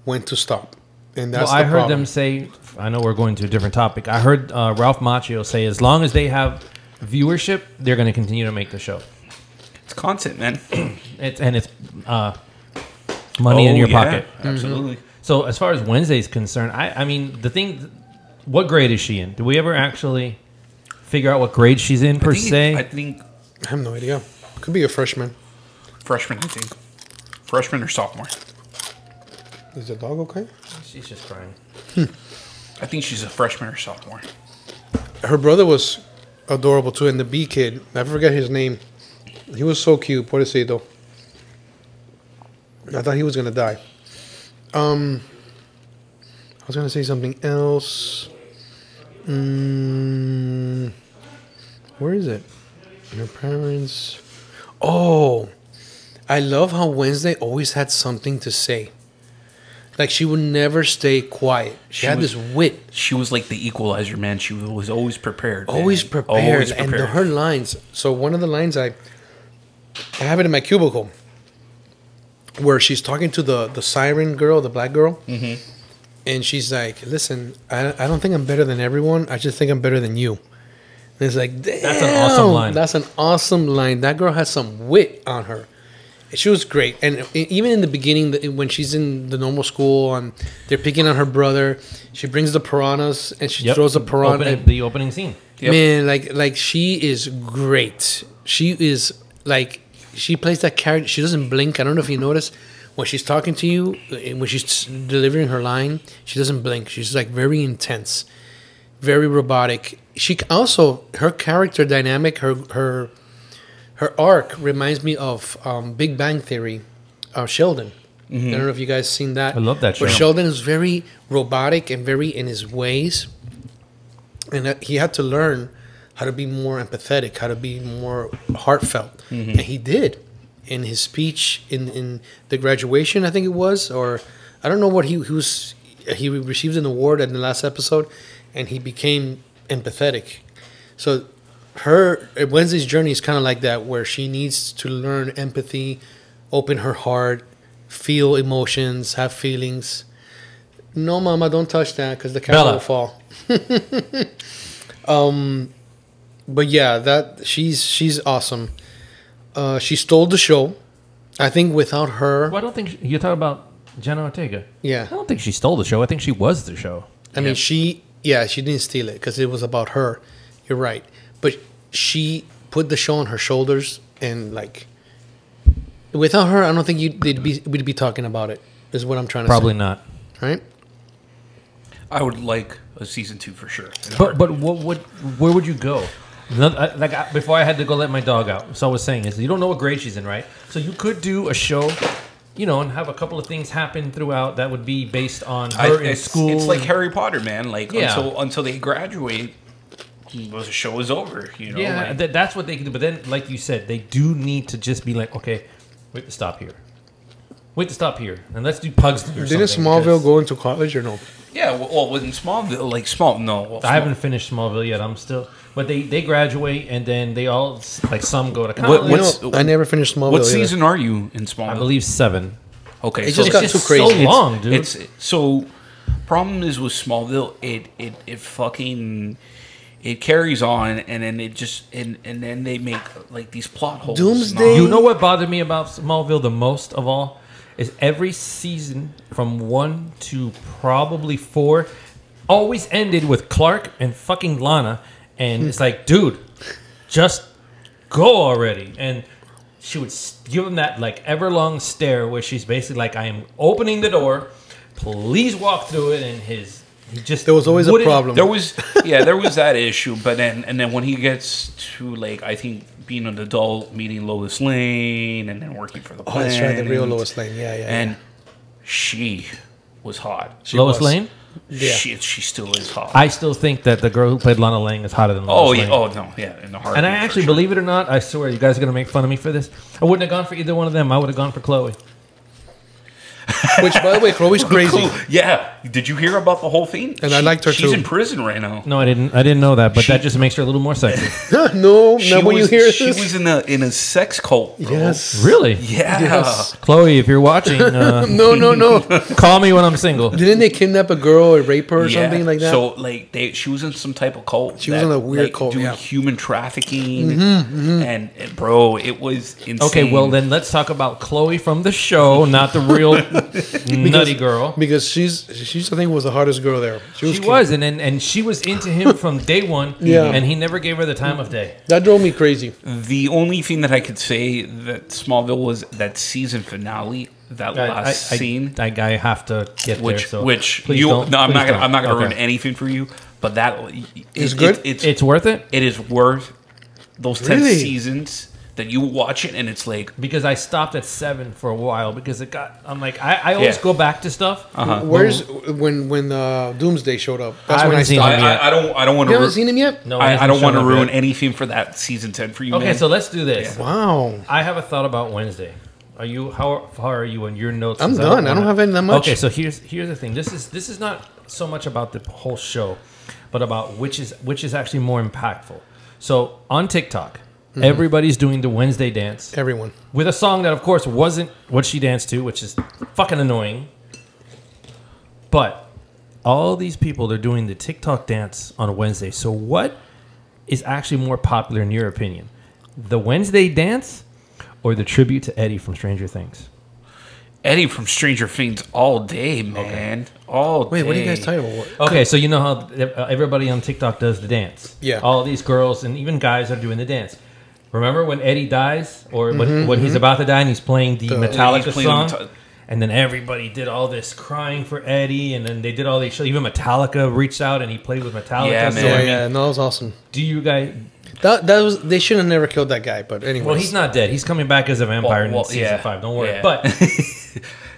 S1: when to stop, and that's
S4: well, I
S1: the
S4: heard
S1: problem.
S4: them say. I know we're going to a different topic. I heard uh, Ralph Macchio say, as long as they have viewership, they're going to continue to make the show.
S5: It's content, man.
S4: It's and it's uh, money in
S5: Oh,
S4: your
S5: yeah,
S4: pocket. Mm-hmm.
S5: Absolutely.
S4: So as far as Wednesday's concerned, I, I mean the thing. What grade is she in? Do we ever actually figure out what grade she's in per
S5: I think-
S4: se?
S5: I think
S1: I have no idea. Could be a freshman.
S5: freshman. I think freshman or sophomore.
S1: Is the dog okay?
S4: she's just crying.
S5: I think she's a freshman or sophomore.
S1: Her brother was adorable too. And the B kid, I forget his name. He was so cute, Pobrecito. I thought he was gonna die. Um, I was gonna say something else. Mm, where is it? Your parents. Oh, I love how Wednesday always had something to say. Like she would never stay quiet. She,
S5: She
S1: had
S5: was-
S1: this wit.
S5: She was like the equalizer, man. She was always prepared. man.
S1: always prepared,
S5: Always
S1: and the, her lines so one of the lines i i have it in my cubicle where she's talking to the the siren girl the black girl
S4: Mm-hmm.
S1: and she's like listen I, I don't think i'm better than everyone i just think i'm better than you and it's like Damn,
S4: That's an awesome line.
S1: that's an awesome line that girl has some wit on her she was great and e- even in the beginning the- when she's in the normal school and they're picking on her brother she brings the piranhas and she
S4: Yep.
S1: throws the piranha
S4: Opening- the opening scene.
S5: Yep.
S1: Man, like like she is great. She is like she plays that character. She doesn't blink. I don't know if you notice when she's talking to you and when she's delivering her line, she doesn't blink. She's like very intense, very robotic. She c- also her character dynamic, her her her arc reminds me of um, Big Bang Theory, uh, Sheldon. I don't know if you guys seen that.
S4: Mm-hmm. I love that
S1: But
S4: show.
S1: Sheldon is very robotic and very in his ways, and that he had to learn how to be more empathetic, how to be more heartfelt, and he did in his speech in in the graduation. I think it was, or I don't know what he, he was. He received an award in the last episode, and he became empathetic. So her Wednesday's journey is kind of like that, where she needs to learn empathy, open her heart, feel emotions, have feelings. No, Mama, don't touch that because the
S4: Bella.
S1: camera will fall. um, but yeah, that she's she's awesome. Uh, she stole the show. I think without her,
S4: Well, I don't think she, you're talking about Jenna Ortega.
S1: yeah,
S4: I don't think she stole the show. I think she was the show.
S1: I mean, she, yeah, she didn't steal it because it was about her. You're right. But she put the show on her shoulders and, like, without her, I don't think you'd they'd be, we'd be talking about it, is what I'm trying to
S4: Probably not.
S1: say. Probably. Right?
S5: I would like a season two for sure.
S4: But but what would where would you go? Another- I- Like I, before, I had to go let my dog out. So I was saying is you don't know what grade she's in, right? So you could do a show, you know, and have a couple of things happen throughout that would be based on her
S5: I-
S4: in
S5: it's,
S4: school.
S5: It's like Harry Potter, man. Like
S4: Yeah.
S5: until until they graduate, the show is over. You know.
S4: yeah,
S5: like-
S4: that, that's what they can do. But then, like you said, they do need to just be like, okay, wait to stop here, wait to stop here, and let's do pugs. Or
S1: Didn't
S4: something,
S1: Smallville
S4: because-
S1: go into college or no?
S5: yeah. Well, well, in Smallville, like small. No, well,
S4: I haven't finished Smallville yet. I'm still, but they they graduate and then they all like some go to college.
S5: What-
S1: You
S5: what's-
S1: know, I never finished Smallville.
S5: What
S1: either.
S5: season are you in
S4: I
S5: Smallville?
S4: believe seven.
S5: Okay,
S1: It just got too crazy.
S4: so long, dude.
S5: It's so problem is with Smallville, it it it fucking it carries on, and then it just and and then they make like these plot holes. and all.
S1: Doomsday?
S4: You know what bothered me about Smallville the most of all is every season from one to probably four always ended with Clark and fucking Lana,
S1: Hmm.
S4: and it's like, dude, just go already. And she would s- give him that like everlong stare where she's basically like, I am opening the door, please walk through it, and his. He just
S1: There was always a
S4: wouldn't-
S1: problem.
S5: There was yeah, there was that issue, but then and then when he gets to like I think being an adult, meeting Lois Lane, and then working for the
S1: Oh, that's right. The real
S5: Planet,
S1: Lois Lane. Yeah, yeah. yeah.
S5: and she was hot. She,
S4: Lois
S1: was.
S4: Lane.
S1: Yeah.
S5: she, still is hot.
S4: I still think that the girl who played Lana Lang is hotter than Lois
S5: oh
S4: Lane.
S5: yeah, oh no, yeah, in the heart.
S4: And I actually, believe it or not, I swear you guys are gonna make fun of me for this. I wouldn't have gone for either one of them. I would have gone for Chloe.
S1: Which, by the way, Chloe's crazy.
S5: Cool. Yeah. Did you hear about the whole thing?
S1: And I liked her
S5: she's
S1: too.
S5: in prison right now.
S4: No, I didn't. I didn't know that, but that just makes her a little more sexy.
S1: no,
S5: She
S1: not when you
S5: was-
S1: hear
S5: she
S1: this.
S5: was in a in a sex cult. Bro.
S1: yes.
S4: really,
S5: Yeah.
S1: Yes.
S4: Chloe, if you're watching, uh,
S1: No, no, no.
S4: call me when I'm single.
S1: Didn't they kidnap a girl or rape her or
S5: Yeah.
S1: something like that?
S5: So like they, she was in some type of cult.
S1: She was in a weird cult,
S5: doing
S1: yeah. Mm-hmm,
S5: human trafficking, And, and bro, it was insane.
S4: Okay, well then let's talk about Chloe from the show, not the real nutty girl.
S1: because she's she's I think was the hardest girl there.
S4: She
S1: cute.
S4: was, and, and and she was into him from day one.
S1: Yeah.
S4: and he never gave her the time of day.
S1: That drove me crazy.
S4: Uh,
S5: the only thing that I could say that Smallville was that season finale, that
S4: I, I, I,
S5: last scene.
S4: I, I have to get
S5: which
S4: there. So
S5: which
S4: please
S5: you
S4: don't-
S5: no I'm
S4: please
S5: not gonna
S4: don't.
S5: I'm not gonna
S4: Okay.
S5: ruin anything for you. But that it-
S1: It's
S5: it-
S1: good?
S5: it's
S4: It's worth it
S5: it is worth those ten
S1: Really?
S5: seasons that you watch it and it's like
S4: because I stopped at seven for a while because it got. I'm like, I, I always
S5: Yeah.
S4: go back to stuff.
S5: uh-huh.
S1: Where's when when uh, Doomsday showed up? That's
S4: I
S1: when I
S4: haven't seen
S1: stopped.
S4: him
S5: I, I, I don't I don't want
S1: You
S5: to
S1: haven't seen him yet?
S4: No, it
S5: I, I
S4: hasn't
S5: don't want to
S4: shown up
S5: ruin
S4: yet.
S5: anything for that season ten for you.
S4: Okay,
S5: man.
S4: so let's do this.
S1: Wow.
S4: I have a thought about Wednesday. Are you how far are you in your notes?
S1: I'm
S4: 'Cause
S1: done. I don't
S4: wanna-
S1: have any that much.
S4: Okay, so here's here's the thing. This is this is not so much about the whole show, but about which is which is actually more impactful. So on TikTok,
S1: Mm-hmm.
S4: everybody's doing the Wednesday dance
S1: Everyone.
S4: with a song that, of course, wasn't what she danced to, which is fucking annoying. But all these people they're doing the TikTok dance on a Wednesday. So what is actually more popular in your opinion, the Wednesday dance or the tribute to Eddie from Stranger Things?
S5: Eddie from Stranger Things all day, man, all
S1: Wait,
S5: day.
S1: what are you guys talking about? What-
S4: Okay, so you know how uh, everybody on TikTok does the dance.
S1: Yeah.
S4: All these girls and even guys are doing the dance. Remember when Eddie dies, or when, when he's about to die, and he's playing the Metallica
S5: Mm-hmm, He's playing
S4: song,
S5: Meta-
S4: and then everybody did all this crying for Eddie, and then they did all these. shows. Even Metallica reached out and he played with Metallica.
S5: Yeah,
S4: so,
S5: man.
S4: I
S1: Yeah,
S4: mean,
S1: yeah, no, that was awesome.
S4: Do you guys?
S1: That that was they should have never killed that guy, but anyway.
S4: Well, he's not dead. He's coming back as a vampire
S5: well,
S4: in season
S5: yeah,
S4: five. Don't worry.
S5: yeah.
S4: But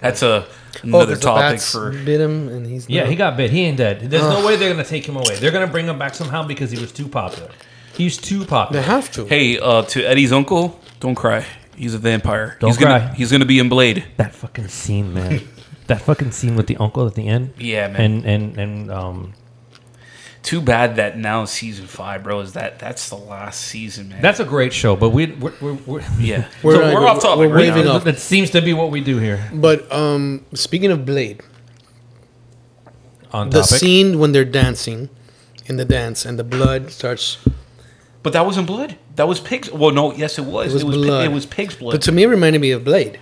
S5: That's
S1: Oh,
S5: a another topic for
S1: bit him and he's
S4: yeah,
S1: not-
S4: he got bit. He ain't dead. There's no way they're gonna take him away. They're gonna bring him back somehow because he was too popular. He's too
S1: they
S4: popular.
S1: have to.
S5: Hey, uh, to Eddie's uncle, don't cry. He's a vampire.
S4: Don't
S5: he's gonna,
S4: cry.
S5: He's gonna be in Blade.
S4: That fucking scene, man. that fucking scene with the uncle at the end.
S5: Yeah, man.
S4: And and and um,
S5: Too bad that now season five, bro. Is that that's the last season, man?
S4: that's a great show. But we we're, we're, we're
S5: yeah.
S1: We're,
S5: so we're
S1: uh,
S5: off topic.
S1: we're
S5: right now.
S1: waving off.
S4: that seems to be what we do here
S1: But um speaking of Blade,
S4: on
S1: the
S4: topic.
S1: scene when they're dancing in the dance and the blood starts
S5: But that wasn't blood. That was pigs. Well, no, yes, it was.
S1: it was,
S5: pi-
S1: blood.
S5: it was pig's blood.
S1: But to me it reminded me of Blade.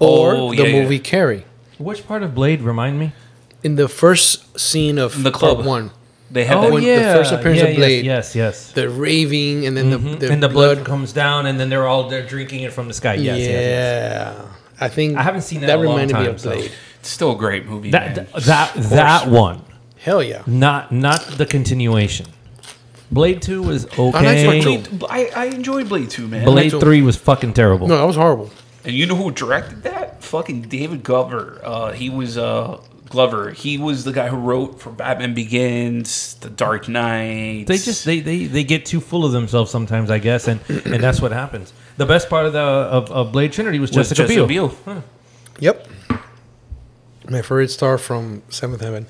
S1: Or
S5: Oh,
S1: the
S5: yeah, yeah.
S1: movie Carrie.
S4: Which part of Blade remind me?
S1: In the first scene of
S5: the
S1: part
S5: club.
S1: one.
S5: they had that
S1: when the first appearance of
S4: Oh, yes,
S1: Blade.
S4: Yes, yes.
S1: The raving and then
S4: Mhm.
S1: the, the
S4: and the blood, comes down, and then they're all they're drinking it from the sky.
S1: yeah.
S4: Yes, yes, yes.
S1: I think
S4: I haven't seen that
S1: that
S4: in a long
S1: reminded me
S4: time,
S1: of
S4: so-
S1: Blade.
S5: It's still a great movie. man.
S4: That that that one,
S1: Hell yeah.
S4: not not the continuation. Blade two was okay.
S1: Blade two.
S5: Blade, I, I enjoy Blade 2, man.
S4: Blade
S1: two.
S4: three was fucking terrible.
S1: No, that was horrible.
S5: And you know who directed that? Fucking David Glover. Uh, he was uh, Glover. He was the guy who wrote for Batman Begins, The Dark Knight.
S4: they just they, they they get too full of themselves sometimes i guess and and that's what happens the best part of the of, of blade trinity was
S5: was
S4: jessica, biel.
S1: Yep. My favorite star from Seventh Heaven.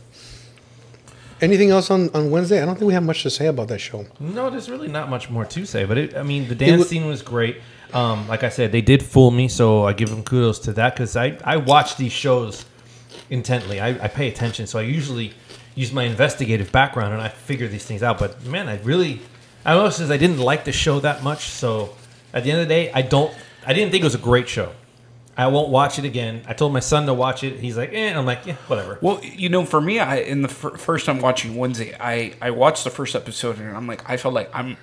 S1: Anything else on, on Wednesday? I don't think we have much to say about that show.
S4: no there's really not much more to say but it, i mean the dance
S1: wa-
S4: scene was great um like i said they did fool me so i give them kudos to that because i i watch these shows intently I, I pay attention so i usually use my investigative background and i figure these things out but man i really i don't know since i didn't like the show that much so at the end of the day i don't i didn't think it was a great show I won't watch it again. I told my son to watch it. He's like, eh. I'm like, yeah, whatever.
S5: Well, you know, for me, I in the fir- first time watching Wednesday, I, I watched the first episode and I'm like, I felt like I'm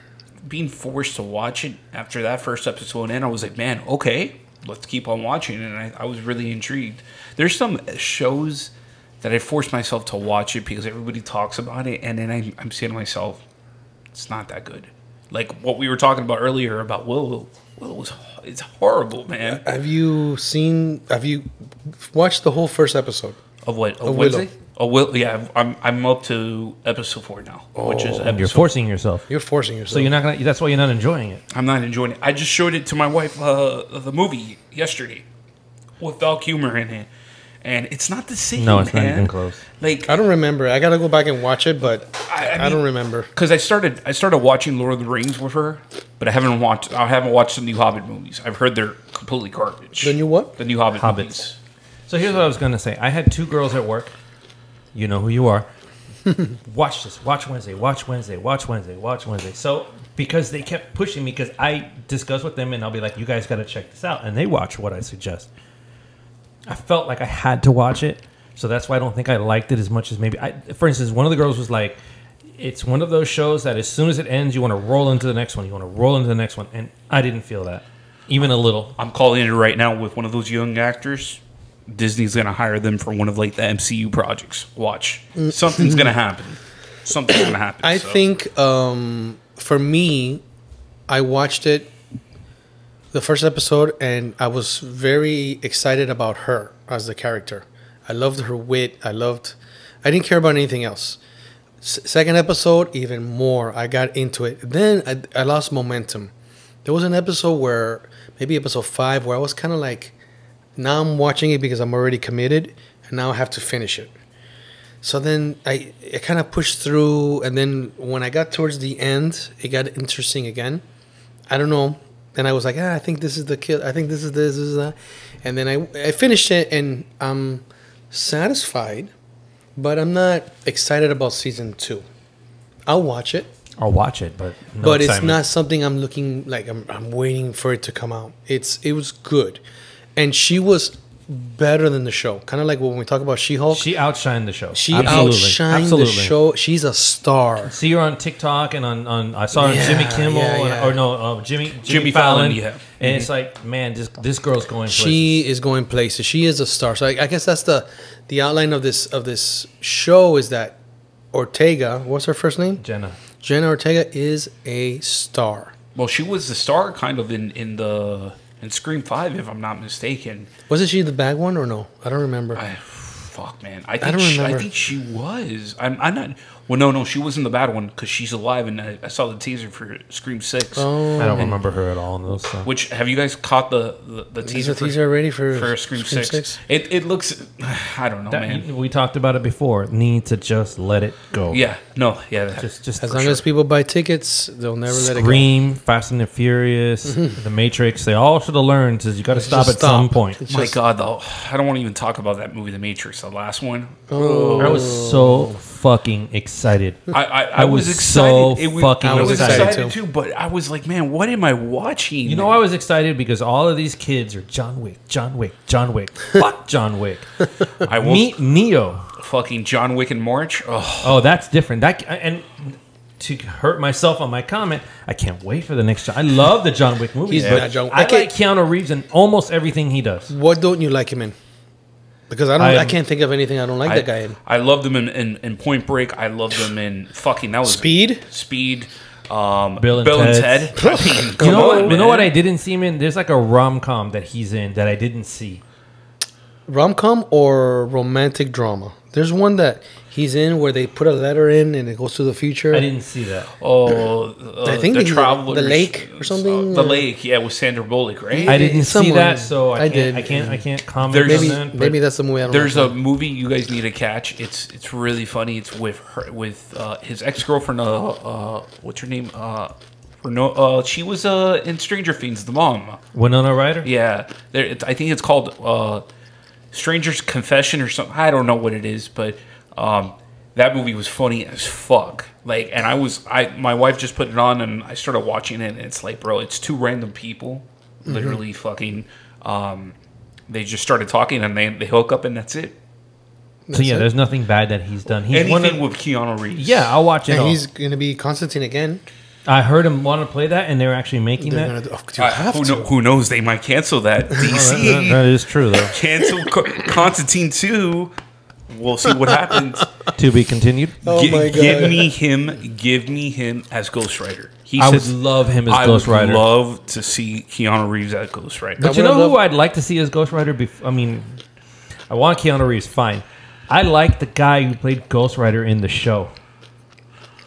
S5: being forced to watch it after that first episode. And I was like, man, okay, let's keep on watching. And I, I was really intrigued. There's some shows that I forced myself to watch it because everybody talks about it. And then I, I'm saying to myself, it's not that good. Like what we were talking about earlier about Willow. Willow was, h- it's horrible, man.
S1: Have you seen? Have you watched the whole first episode?
S5: Of what? Of
S1: Willow.
S5: Wednesday? Oh, Will, yeah, I'm I'm up to episode four now, which is
S4: You're
S5: episode.
S4: forcing yourself.
S1: You're forcing yourself.
S4: So you're not gonna. That's why you're not enjoying it.
S5: I'm not enjoying it. I just showed it to my wife uh, the movie yesterday with Val Kilmer in it, and it's not the same.
S4: No, it's not
S5: man.
S4: even close.
S5: Like
S1: I don't remember. I gotta go back and watch it, but I,
S5: I- I
S1: don't
S5: mean-
S1: remember.
S5: because I started I started watching Lord of the Rings with her, but I haven't watched I haven't watched the new Hobbit movies. I've heard they're completely garbage.
S1: The new what?
S5: The new Hobbit
S4: Hobbits.
S5: movies.
S4: So here's what I was gonna say. I had two girls at work. You know who you are. watch this. Watch Wednesday. Watch Wednesday. Watch Wednesday. Watch Wednesday. So because they kept pushing me, because I discuss with them, and I'll be like, "You guys got to check this out," and they watch what I suggest. I felt like I had to watch it, so that's why I don't think I liked it as much as maybe. I, for instance, one of the girls was like, "It's one of those shows that as soon as it ends, you want to roll into the next one. You want to roll into the next one," and I didn't feel that, even a little.
S5: I'm calling it right now with one of those young actors. Disney's gonna hire them for one of like the MCU projects. Watch, something's gonna happen. something's gonna happen.
S1: I
S5: so.
S1: think um, for me, I watched it the first episode and I was very excited about her as the character. I loved her wit. I loved. I didn't care about anything else. S- second episode, even more. I got into it. Then I, I lost momentum. There was an episode where maybe episode five where I was kind of like, now I'm watching it because I'm already committed, and now I have to finish it. So then I, I kind of pushed through, and then when I got towards the end, it got interesting again. I don't know. Then I was like, ah, I think this is the kill. I think this is this, this is that. And then I, I finished it, and I'm satisfied, but I'm not excited about season two. I'll watch it,
S4: I'll watch it, but no
S1: but it's
S4: excitement.
S1: not something I'm looking like. I'm, I'm waiting for it to come out. It's it was good, and she was better than the show. Kind of like when we talk about She-Hulk.
S4: She outshined the show.
S1: She
S4: Absolutely.
S1: outshined
S4: Absolutely.
S1: the show. She's a star.
S4: See her on TikTok and on, on I saw her
S1: Yeah,
S4: on Jimmy Kimmel
S1: yeah,
S4: and-
S1: yeah.
S4: or no uh, Jimmy Jimmy,
S5: Jimmy
S4: Fallon.
S5: Fallon, yeah.
S4: and it's like man, this this girl's going.
S1: She is going places. She is a star. So I, I guess that's the the outline of this of this show is that Ortega, what's her first name?
S4: places. Jenna.
S1: Jenna Ortega is a star.
S5: Well, she was the star kind of in in the in Scream Five, if I'm not mistaken.
S1: Wasn't she the bad one or no? I don't remember.
S5: I, fuck, man. I think
S1: don't
S5: she, I
S1: remember.
S5: think she was. I'm, I'm not. Well, no, no, she wasn't the bad one because she's alive, and I, I saw the teaser for Scream Six.
S1: oh,
S4: I don't remember her at all in those. uh, So.
S5: Which have you guys caught the the, the
S1: is the
S5: teaser?
S1: teaser ready for,
S5: for, for Scream, Six? It it looks. I don't know,
S4: That-
S5: man.
S4: we talked about it before. Need to just let it go.
S5: yeah, no, yeah. That,
S4: Just just
S1: As
S4: for
S1: long
S4: sure.
S1: as people buy tickets, they'll never let it go.
S4: Scream, Fast and the Furious, The Matrix. They all should have learned. Is you got to stop at
S1: Just
S4: some
S1: stop.
S4: point.
S1: It's
S5: my
S1: just-
S5: God, though, I don't want to even talk about that movie, The Matrix, the last one.
S1: Oh.
S4: I was so fucking excited.
S5: I, I, I,
S4: I
S5: was,
S4: was
S5: excited.
S4: so fucking
S5: I was
S1: excited.
S5: excited, too. but I was like, man, what am I watching?
S4: You know, I was excited because all of these kids are John Wick, John Wick, John Wick. Fuck John Wick.
S5: I will
S4: Meet Neo.
S5: fucking John Wick in March. Oh,
S4: Oh, that's different. That and to hurt myself on my comment, I can't wait for the next. John. I love the John Wick movies.
S1: He's
S4: but
S1: not John-
S4: I
S1: I can't-
S4: like Keanu Reeves in almost everything he does.
S1: What don't you like him in? Because I don't. I,
S4: I'm-
S1: can't think of anything I don't like
S5: I,
S1: that guy in.
S5: I loved him in, in, in Point Break. I loved him in fucking that was
S1: Speed.
S5: Speed. Um,
S4: Bill and Ted's.
S5: Ted. I mean, come
S4: You know
S5: on,
S4: what? You know what? I
S5: man.
S4: didn't see him in. There's like a rom com that he's in that I didn't see.
S1: rom com or romantic drama. There's one that he's in where they put a letter in and it goes to the future.
S4: I didn't see that.
S5: Oh, uh,
S1: I think
S5: the
S1: he's in
S5: Travelers, uh,
S1: The Lake or something,
S5: the
S1: or-
S5: lake, yeah, with Sandra Bullock, right?
S4: I didn't see
S1: someone-
S4: that, so I,
S1: I
S4: can't,
S1: did.
S4: I can't. I can't comment
S5: There's-
S1: maybe
S4: on that. but-
S1: maybe that's the movie. I don't
S5: There's
S1: like.
S5: a movie you guys need to catch. It's it's really funny. It's with her, with uh, his ex girlfriend. Uh, uh, what's her name? Uh, no, uh, she was uh in Stranger Things, the mom.
S4: Winona Ryder.
S5: Yeah, there, it's I think it's called uh, Stranger's Confession or something. I don't know what it is, but um, that movie was funny as fuck. Like, and I was I my wife just put it on and I started watching it, and it's like, bro, it's two random people, literally fucking. Um, they just started talking and they they hook up and that's it.
S4: So yeah, there's nothing bad that he's done. He's one
S5: Anything
S4: of,
S5: with Keanu Reeves.
S4: yeah, I'll watch it.
S1: and
S4: all.
S1: he's gonna be Constantine again.
S4: I heard him want to play that, and they were actually making
S1: They're
S4: that.
S1: gonna do, oh, you
S5: I-
S1: have
S5: who,
S1: to.
S5: kno- who knows? They might cancel that.
S4: Oh, That-
S5: DC
S4: that is true, though.
S5: cancel Co- Constantine two. We'll see what happens.
S4: to be continued.
S1: Oh
S5: Gi-
S1: my God.
S5: Give me him. Give me him as Ghost Rider. He
S4: I would
S5: says,
S4: love him as
S5: I
S4: Ghost
S5: would
S4: Rider.
S5: love to see Keanu Reeves as Ghost Rider.
S4: but you
S1: I
S4: know
S1: would
S4: who
S1: love-
S4: I'd like to see as Ghost Rider? Bef- I mean, I want Keanu Reeves, fine. I like the guy who played Ghost Rider in the show.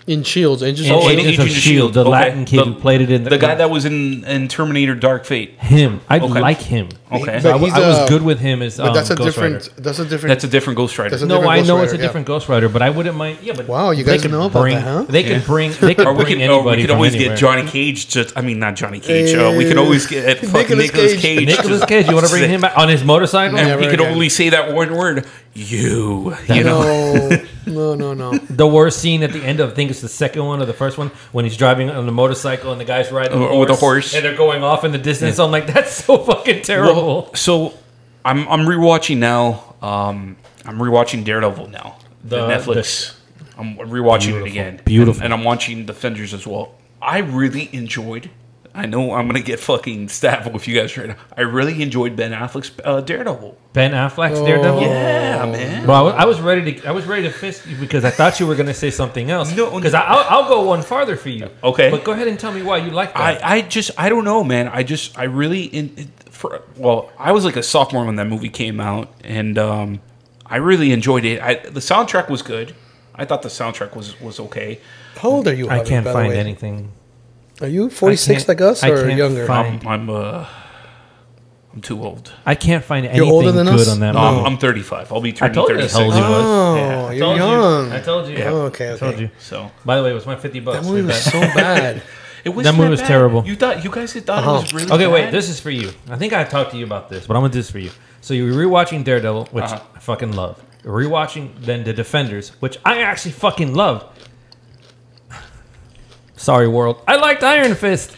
S1: in Shields, Agents
S4: Oh,
S1: of Shield.
S4: Agents of S.H.I.E.L.D., the Latin kid who played it in the-
S5: the guy that was in, in Terminator Dark Fate.
S4: Him, I would
S5: Okay.
S4: like him.
S5: Okay,
S4: I,
S1: But
S4: w-
S1: Oh, he's
S4: I was
S1: a-
S4: good with him as
S1: But
S4: um,
S1: that's a
S4: Ghost
S1: different.
S4: Rider.
S1: That's a different.
S5: that's a different Ghost Rider.
S1: That's a-
S4: No,
S1: different
S4: I
S1: Ghost
S4: know it's a
S1: Rider, yeah.
S4: different Ghost Rider, but I wouldn't mind. Yeah, but
S1: Wow, you
S4: they
S1: guys
S4: could
S1: know about
S4: bring,
S1: that, huh?
S4: They could bring. They could
S5: or we
S4: bring
S5: could, or we
S4: anybody.
S5: could
S4: from
S5: always
S4: anywhere.
S5: get Johnny Cage. Just I mean, not Johnny Cage. uh, we could always get fucking
S1: Nicolas
S5: Nicolas
S1: Cage.
S5: Cage.
S4: Nicholas Cage. You want to bring him back on his motorcycle?
S5: And
S1: Never
S5: he could
S1: again.
S5: only say that one word. You. You know.
S1: no, no, no, no.
S4: The worst scene at the end of I think it's the second one or the first one when he's driving on the motorcycle and the guy's riding
S5: Or- or the horse.
S4: and they're going off in the distance. I'm like, that's so fucking terrible.
S5: Well, so I'm I'm rewatching now. Um, I'm rewatching Daredevil now. The,
S4: The-
S5: Netflix. I'm rewatching it again.
S4: beautiful.
S5: And, and I'm watching Defenders as well. I really enjoyed. I know I'm gonna get fucking stabbed with you guys right now. I really enjoyed Ben Affleck's uh, Daredevil.
S4: Ben Affleck's Daredevil.
S1: Oh.
S5: Yeah, man.
S4: Well, I was, I was ready to I was ready to fist you because I thought you were going to say something else.
S5: No,
S4: because I'll, I'll go one farther for you.
S5: Okay.
S4: but go ahead and tell me why you like that.
S5: I, I just I don't know, man. I just I really in it- for well, I was like a sophomore when that movie came out, and um, I really enjoyed it. I, the soundtrack was good. I thought the soundtrack was was okay.
S1: How old are you?
S4: I,
S1: Javi,
S4: can't
S1: by the
S4: find
S1: way?
S4: anything.
S1: Are you
S4: I
S1: 46
S4: can't-
S1: like us
S4: I
S1: or
S4: can't
S1: younger?
S4: find-
S5: I'm I'm uh, I'm too old.
S4: I can't find anything
S1: You're older than
S4: good
S1: us?
S4: on that.
S5: No,
S4: movie.
S5: I'm, I'm 35. I'll be
S4: I
S5: turning
S4: told you
S5: 36.
S4: how old he was.
S1: Oh,
S5: Yeah, I
S1: you're
S4: told
S1: young.
S4: You. I told you.
S5: Yeah.
S1: Oh, okay, okay.
S4: I told you.
S5: So
S4: By the way, it was my fifty bucks.
S1: That movie
S4: We
S1: was
S4: bet.
S1: so bad.
S5: it was
S4: That movie
S5: not
S4: was
S5: bad.
S4: terrible.
S5: You thought you guys thought it was
S1: Uh-huh.
S5: really
S4: Okay, wait.
S5: bad?
S4: This is for you. I think I talked to you about this, but I'm gonna do this for you. So you were rewatching Daredevil, which
S5: Uh-huh.
S4: I fucking love. Rewatching then The Defenders, which I actually fucking love. Sorry, world. I liked Iron Fist.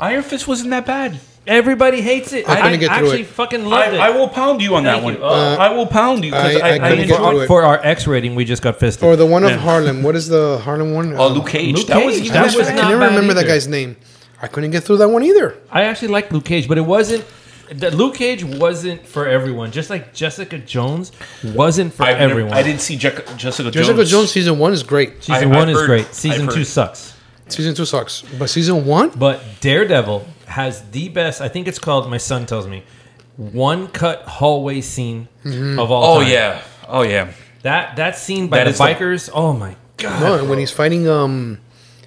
S5: Iron Fist wasn't that bad.
S4: Everybody hates it.
S1: I
S4: I,
S1: couldn't get through
S4: actually
S1: it.
S4: fucking
S5: I,
S4: loved it.
S5: I will pound you on that
S4: Thank
S5: one.
S4: you. Uh,
S5: I will pound you because
S1: I- I
S5: I, I,
S1: couldn't get
S5: enjoyed
S1: through
S5: it.
S1: it.
S4: for, for our X rating, we just got fisted.
S1: Or the one of
S5: Yeah.
S1: Harlem. What is the Harlem one?
S5: Oh,
S1: Um,
S5: Luke Cage.
S4: Luke
S5: that was
S4: Cage,
S5: even
S4: that
S1: I
S5: better.
S4: was
S1: can
S4: not
S1: never
S4: bad
S1: remember that
S4: either.
S1: guy's name. I couldn't get through that one either.
S4: I actually liked Luke Cage, but it wasn't. that Luke Cage wasn't for everyone. Just like Jessica Jones wasessive for
S5: I've never-
S4: everyone.
S5: I didn't see Jessica, Jessica Jones.
S1: Jessica Jones season one is great.
S4: Season
S5: I- I've
S4: one is
S5: heard-
S4: great.
S5: I've
S4: Season two
S5: heard.
S4: sucks.
S1: Season two sucks, but season one,
S4: But Daredevil has the best. I think it's called. My son tells me one cut hallway scene of all.
S5: Oh
S4: time.
S5: yeah. Oh yeah.
S4: that that scene by
S5: That
S4: the
S5: is the-
S4: bikers. oh my god,
S1: no, when he's fighting um,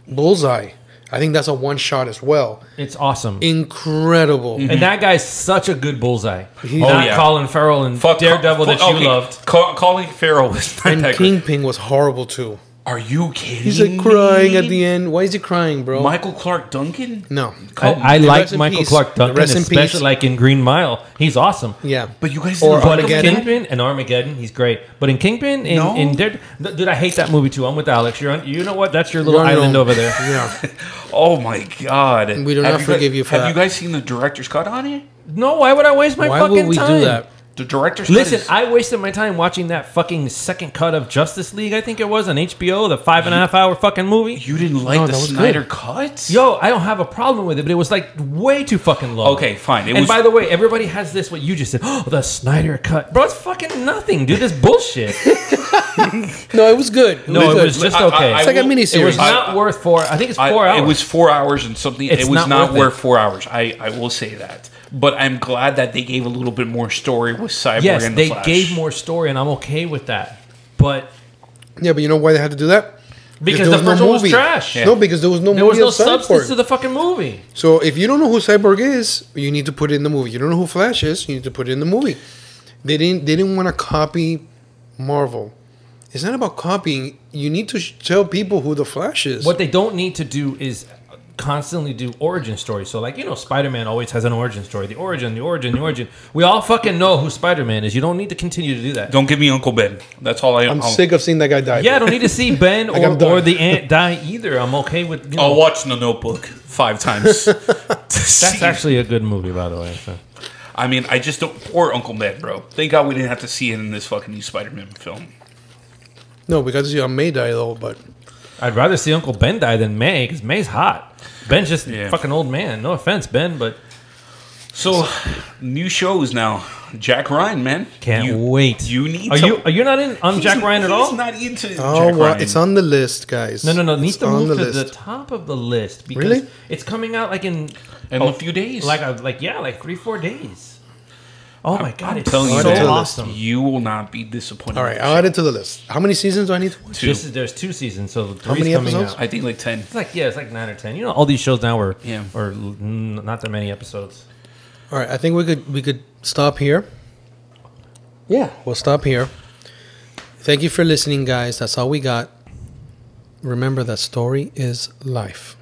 S1: Bullseye, I think that's a one shot as well.
S4: it's awesome.
S1: Incredible.
S4: and that guy's such a good bullseye.
S1: He's-
S4: Not
S5: Oh, yeah.
S4: Colin Farrell and
S5: Fuck
S4: Daredevil
S5: fuck-
S4: that you
S5: okay.
S4: loved.
S5: Ca- Colin Farrell was not
S1: And
S5: that great.
S1: Kingpin was horrible too.
S5: Are you kidding?
S1: He's like crying at
S5: me?
S1: the end. Why is he crying, bro?
S5: Michael Clark Duncan.
S1: no,
S4: I, I
S1: Rest
S4: like
S1: in
S4: Michael
S1: peace.
S4: Clark Duncan,
S1: Rest in peace.
S4: especially like in Green Mile. He's awesome.
S1: yeah,
S5: But you guys
S1: Or
S5: didn't like
S4: But in
S5: him.
S1: Armageddon?
S4: Kingpin and Armageddon, he's great. But in Kingpin, in,
S5: No.
S4: in Darede- th- dude, I hate that movie too. I'm with Alex. You're on, you know what? That's your
S1: You're
S4: little
S1: on your
S4: island
S1: own.
S4: over there.
S1: yeah.
S5: Oh my god.
S1: We do not
S5: guys-
S1: forgive you for
S5: Have
S1: that.
S5: you guys seen the director's cut on it?
S4: No, why would I waste my
S1: Why
S4: fucking
S1: would we
S4: time?
S1: do that?
S5: The director's
S4: Listen,
S5: cut. is-
S4: I wasted my time watching that fucking second cut of Justice League. I think it was on HBO, the five and a half hour fucking movie.
S5: you didn't like
S1: No,
S5: the
S1: that was good.
S5: Snyder cut.
S4: Yo, I don't have a problem with it, but it was like way too fucking long.
S5: Okay, fine. It
S4: and
S5: was-
S4: by the way, everybody has this what you just said. Oh, the Snyder cut, bro. It's fucking nothing, dude. This bullshit.
S1: No, it was good.
S4: No, it
S1: good.
S4: was just
S5: I- I-
S4: okay.
S5: I
S1: It's like a
S5: will-
S1: mini
S4: it was
S1: series.
S4: not worth four. I think it's
S5: I-
S4: four hours.
S5: It was four hours and something.
S4: It's
S5: it was
S4: not
S5: not,
S4: worth it.
S5: worth four hours. I, I will say that. But I'm glad that they gave a little bit more story with Cyborg
S4: yes,
S5: and the
S4: they
S5: Flash.
S4: gave more story, and I'm okay with that. But
S1: Yeah, but you know why they had to do that?
S4: Because
S1: there
S4: the
S1: was
S4: first one was trash.
S1: No, because there was no
S4: there was
S1: movie
S4: no
S1: of Cyborg.
S4: substance to the fucking movie.
S1: so if you don't know who Cyborg is, you need to put it in the movie. You don't know who Flash is, you need to put it in the movie. They didn't. They didn't want to copy Marvel. It's not about copying. You need to sh- tell people who the Flash is.
S4: What they don't need to do is constantly do origin stories. So, like, you know, Spider Man always has an origin story. The origin, the origin, the origin. We all fucking know who Spider Man is. You don't need to continue to do that.
S5: Don't give me Uncle Ben. That's all I
S1: I'm
S5: am.
S1: sick of seeing that guy die.
S4: yeah, I don't need to see Ben
S1: Like, I'm
S4: or,
S1: done.
S4: or the ant die either. I'm okay with. You know,
S5: I'll watch The Notebook five times.
S4: that's
S5: That's
S4: actually a good movie, by the way. so.
S5: I mean, I just don't. Poor Uncle Ben, bro. Thank God we didn't have to see it in this fucking new Spider-Man film.
S4: e-
S1: No, because you may die though. But
S4: I'd rather see Uncle Ben die than May because May's hot. Ben's just
S5: Yeah.
S4: fucking old man. No offense, Ben, but
S5: So, new shows now. Jack Ryan, man.
S4: can't
S5: You-
S4: wait.
S5: You need.
S4: are
S5: to-
S4: you are you not in on
S5: He's-
S4: Jack Ryan at all?
S5: He's not into.
S1: oh
S5: Jack
S1: well,
S5: Ryan.
S1: it's on the list, guys.
S4: no, no, no. It needs
S1: It's
S4: to
S1: on
S4: move to
S1: list.
S4: the top of the list because
S1: Really?
S4: it's coming out like in
S5: in a few days.
S4: like a, like yeah, like three four days. Oh my god, it's
S5: telling you
S4: so
S1: that.
S4: awesome!
S5: you will not be disappointed.
S1: All
S5: with
S1: right,
S5: this
S1: I'll add it to the list. How many seasons do I need to watch?
S5: too.
S4: This is there's two seasons, so three's
S1: many
S4: coming
S1: episodes?
S4: out.
S5: I think like ten.
S4: It's like yeah, it's like nine or ten. You know, all these shows now are
S5: Yeah.
S4: or mm, not that many episodes.
S1: All right, I think we could we could stop here. Yeah, we'll stop here. Thank you for listening, guys. That's all we got. Remember that story is life.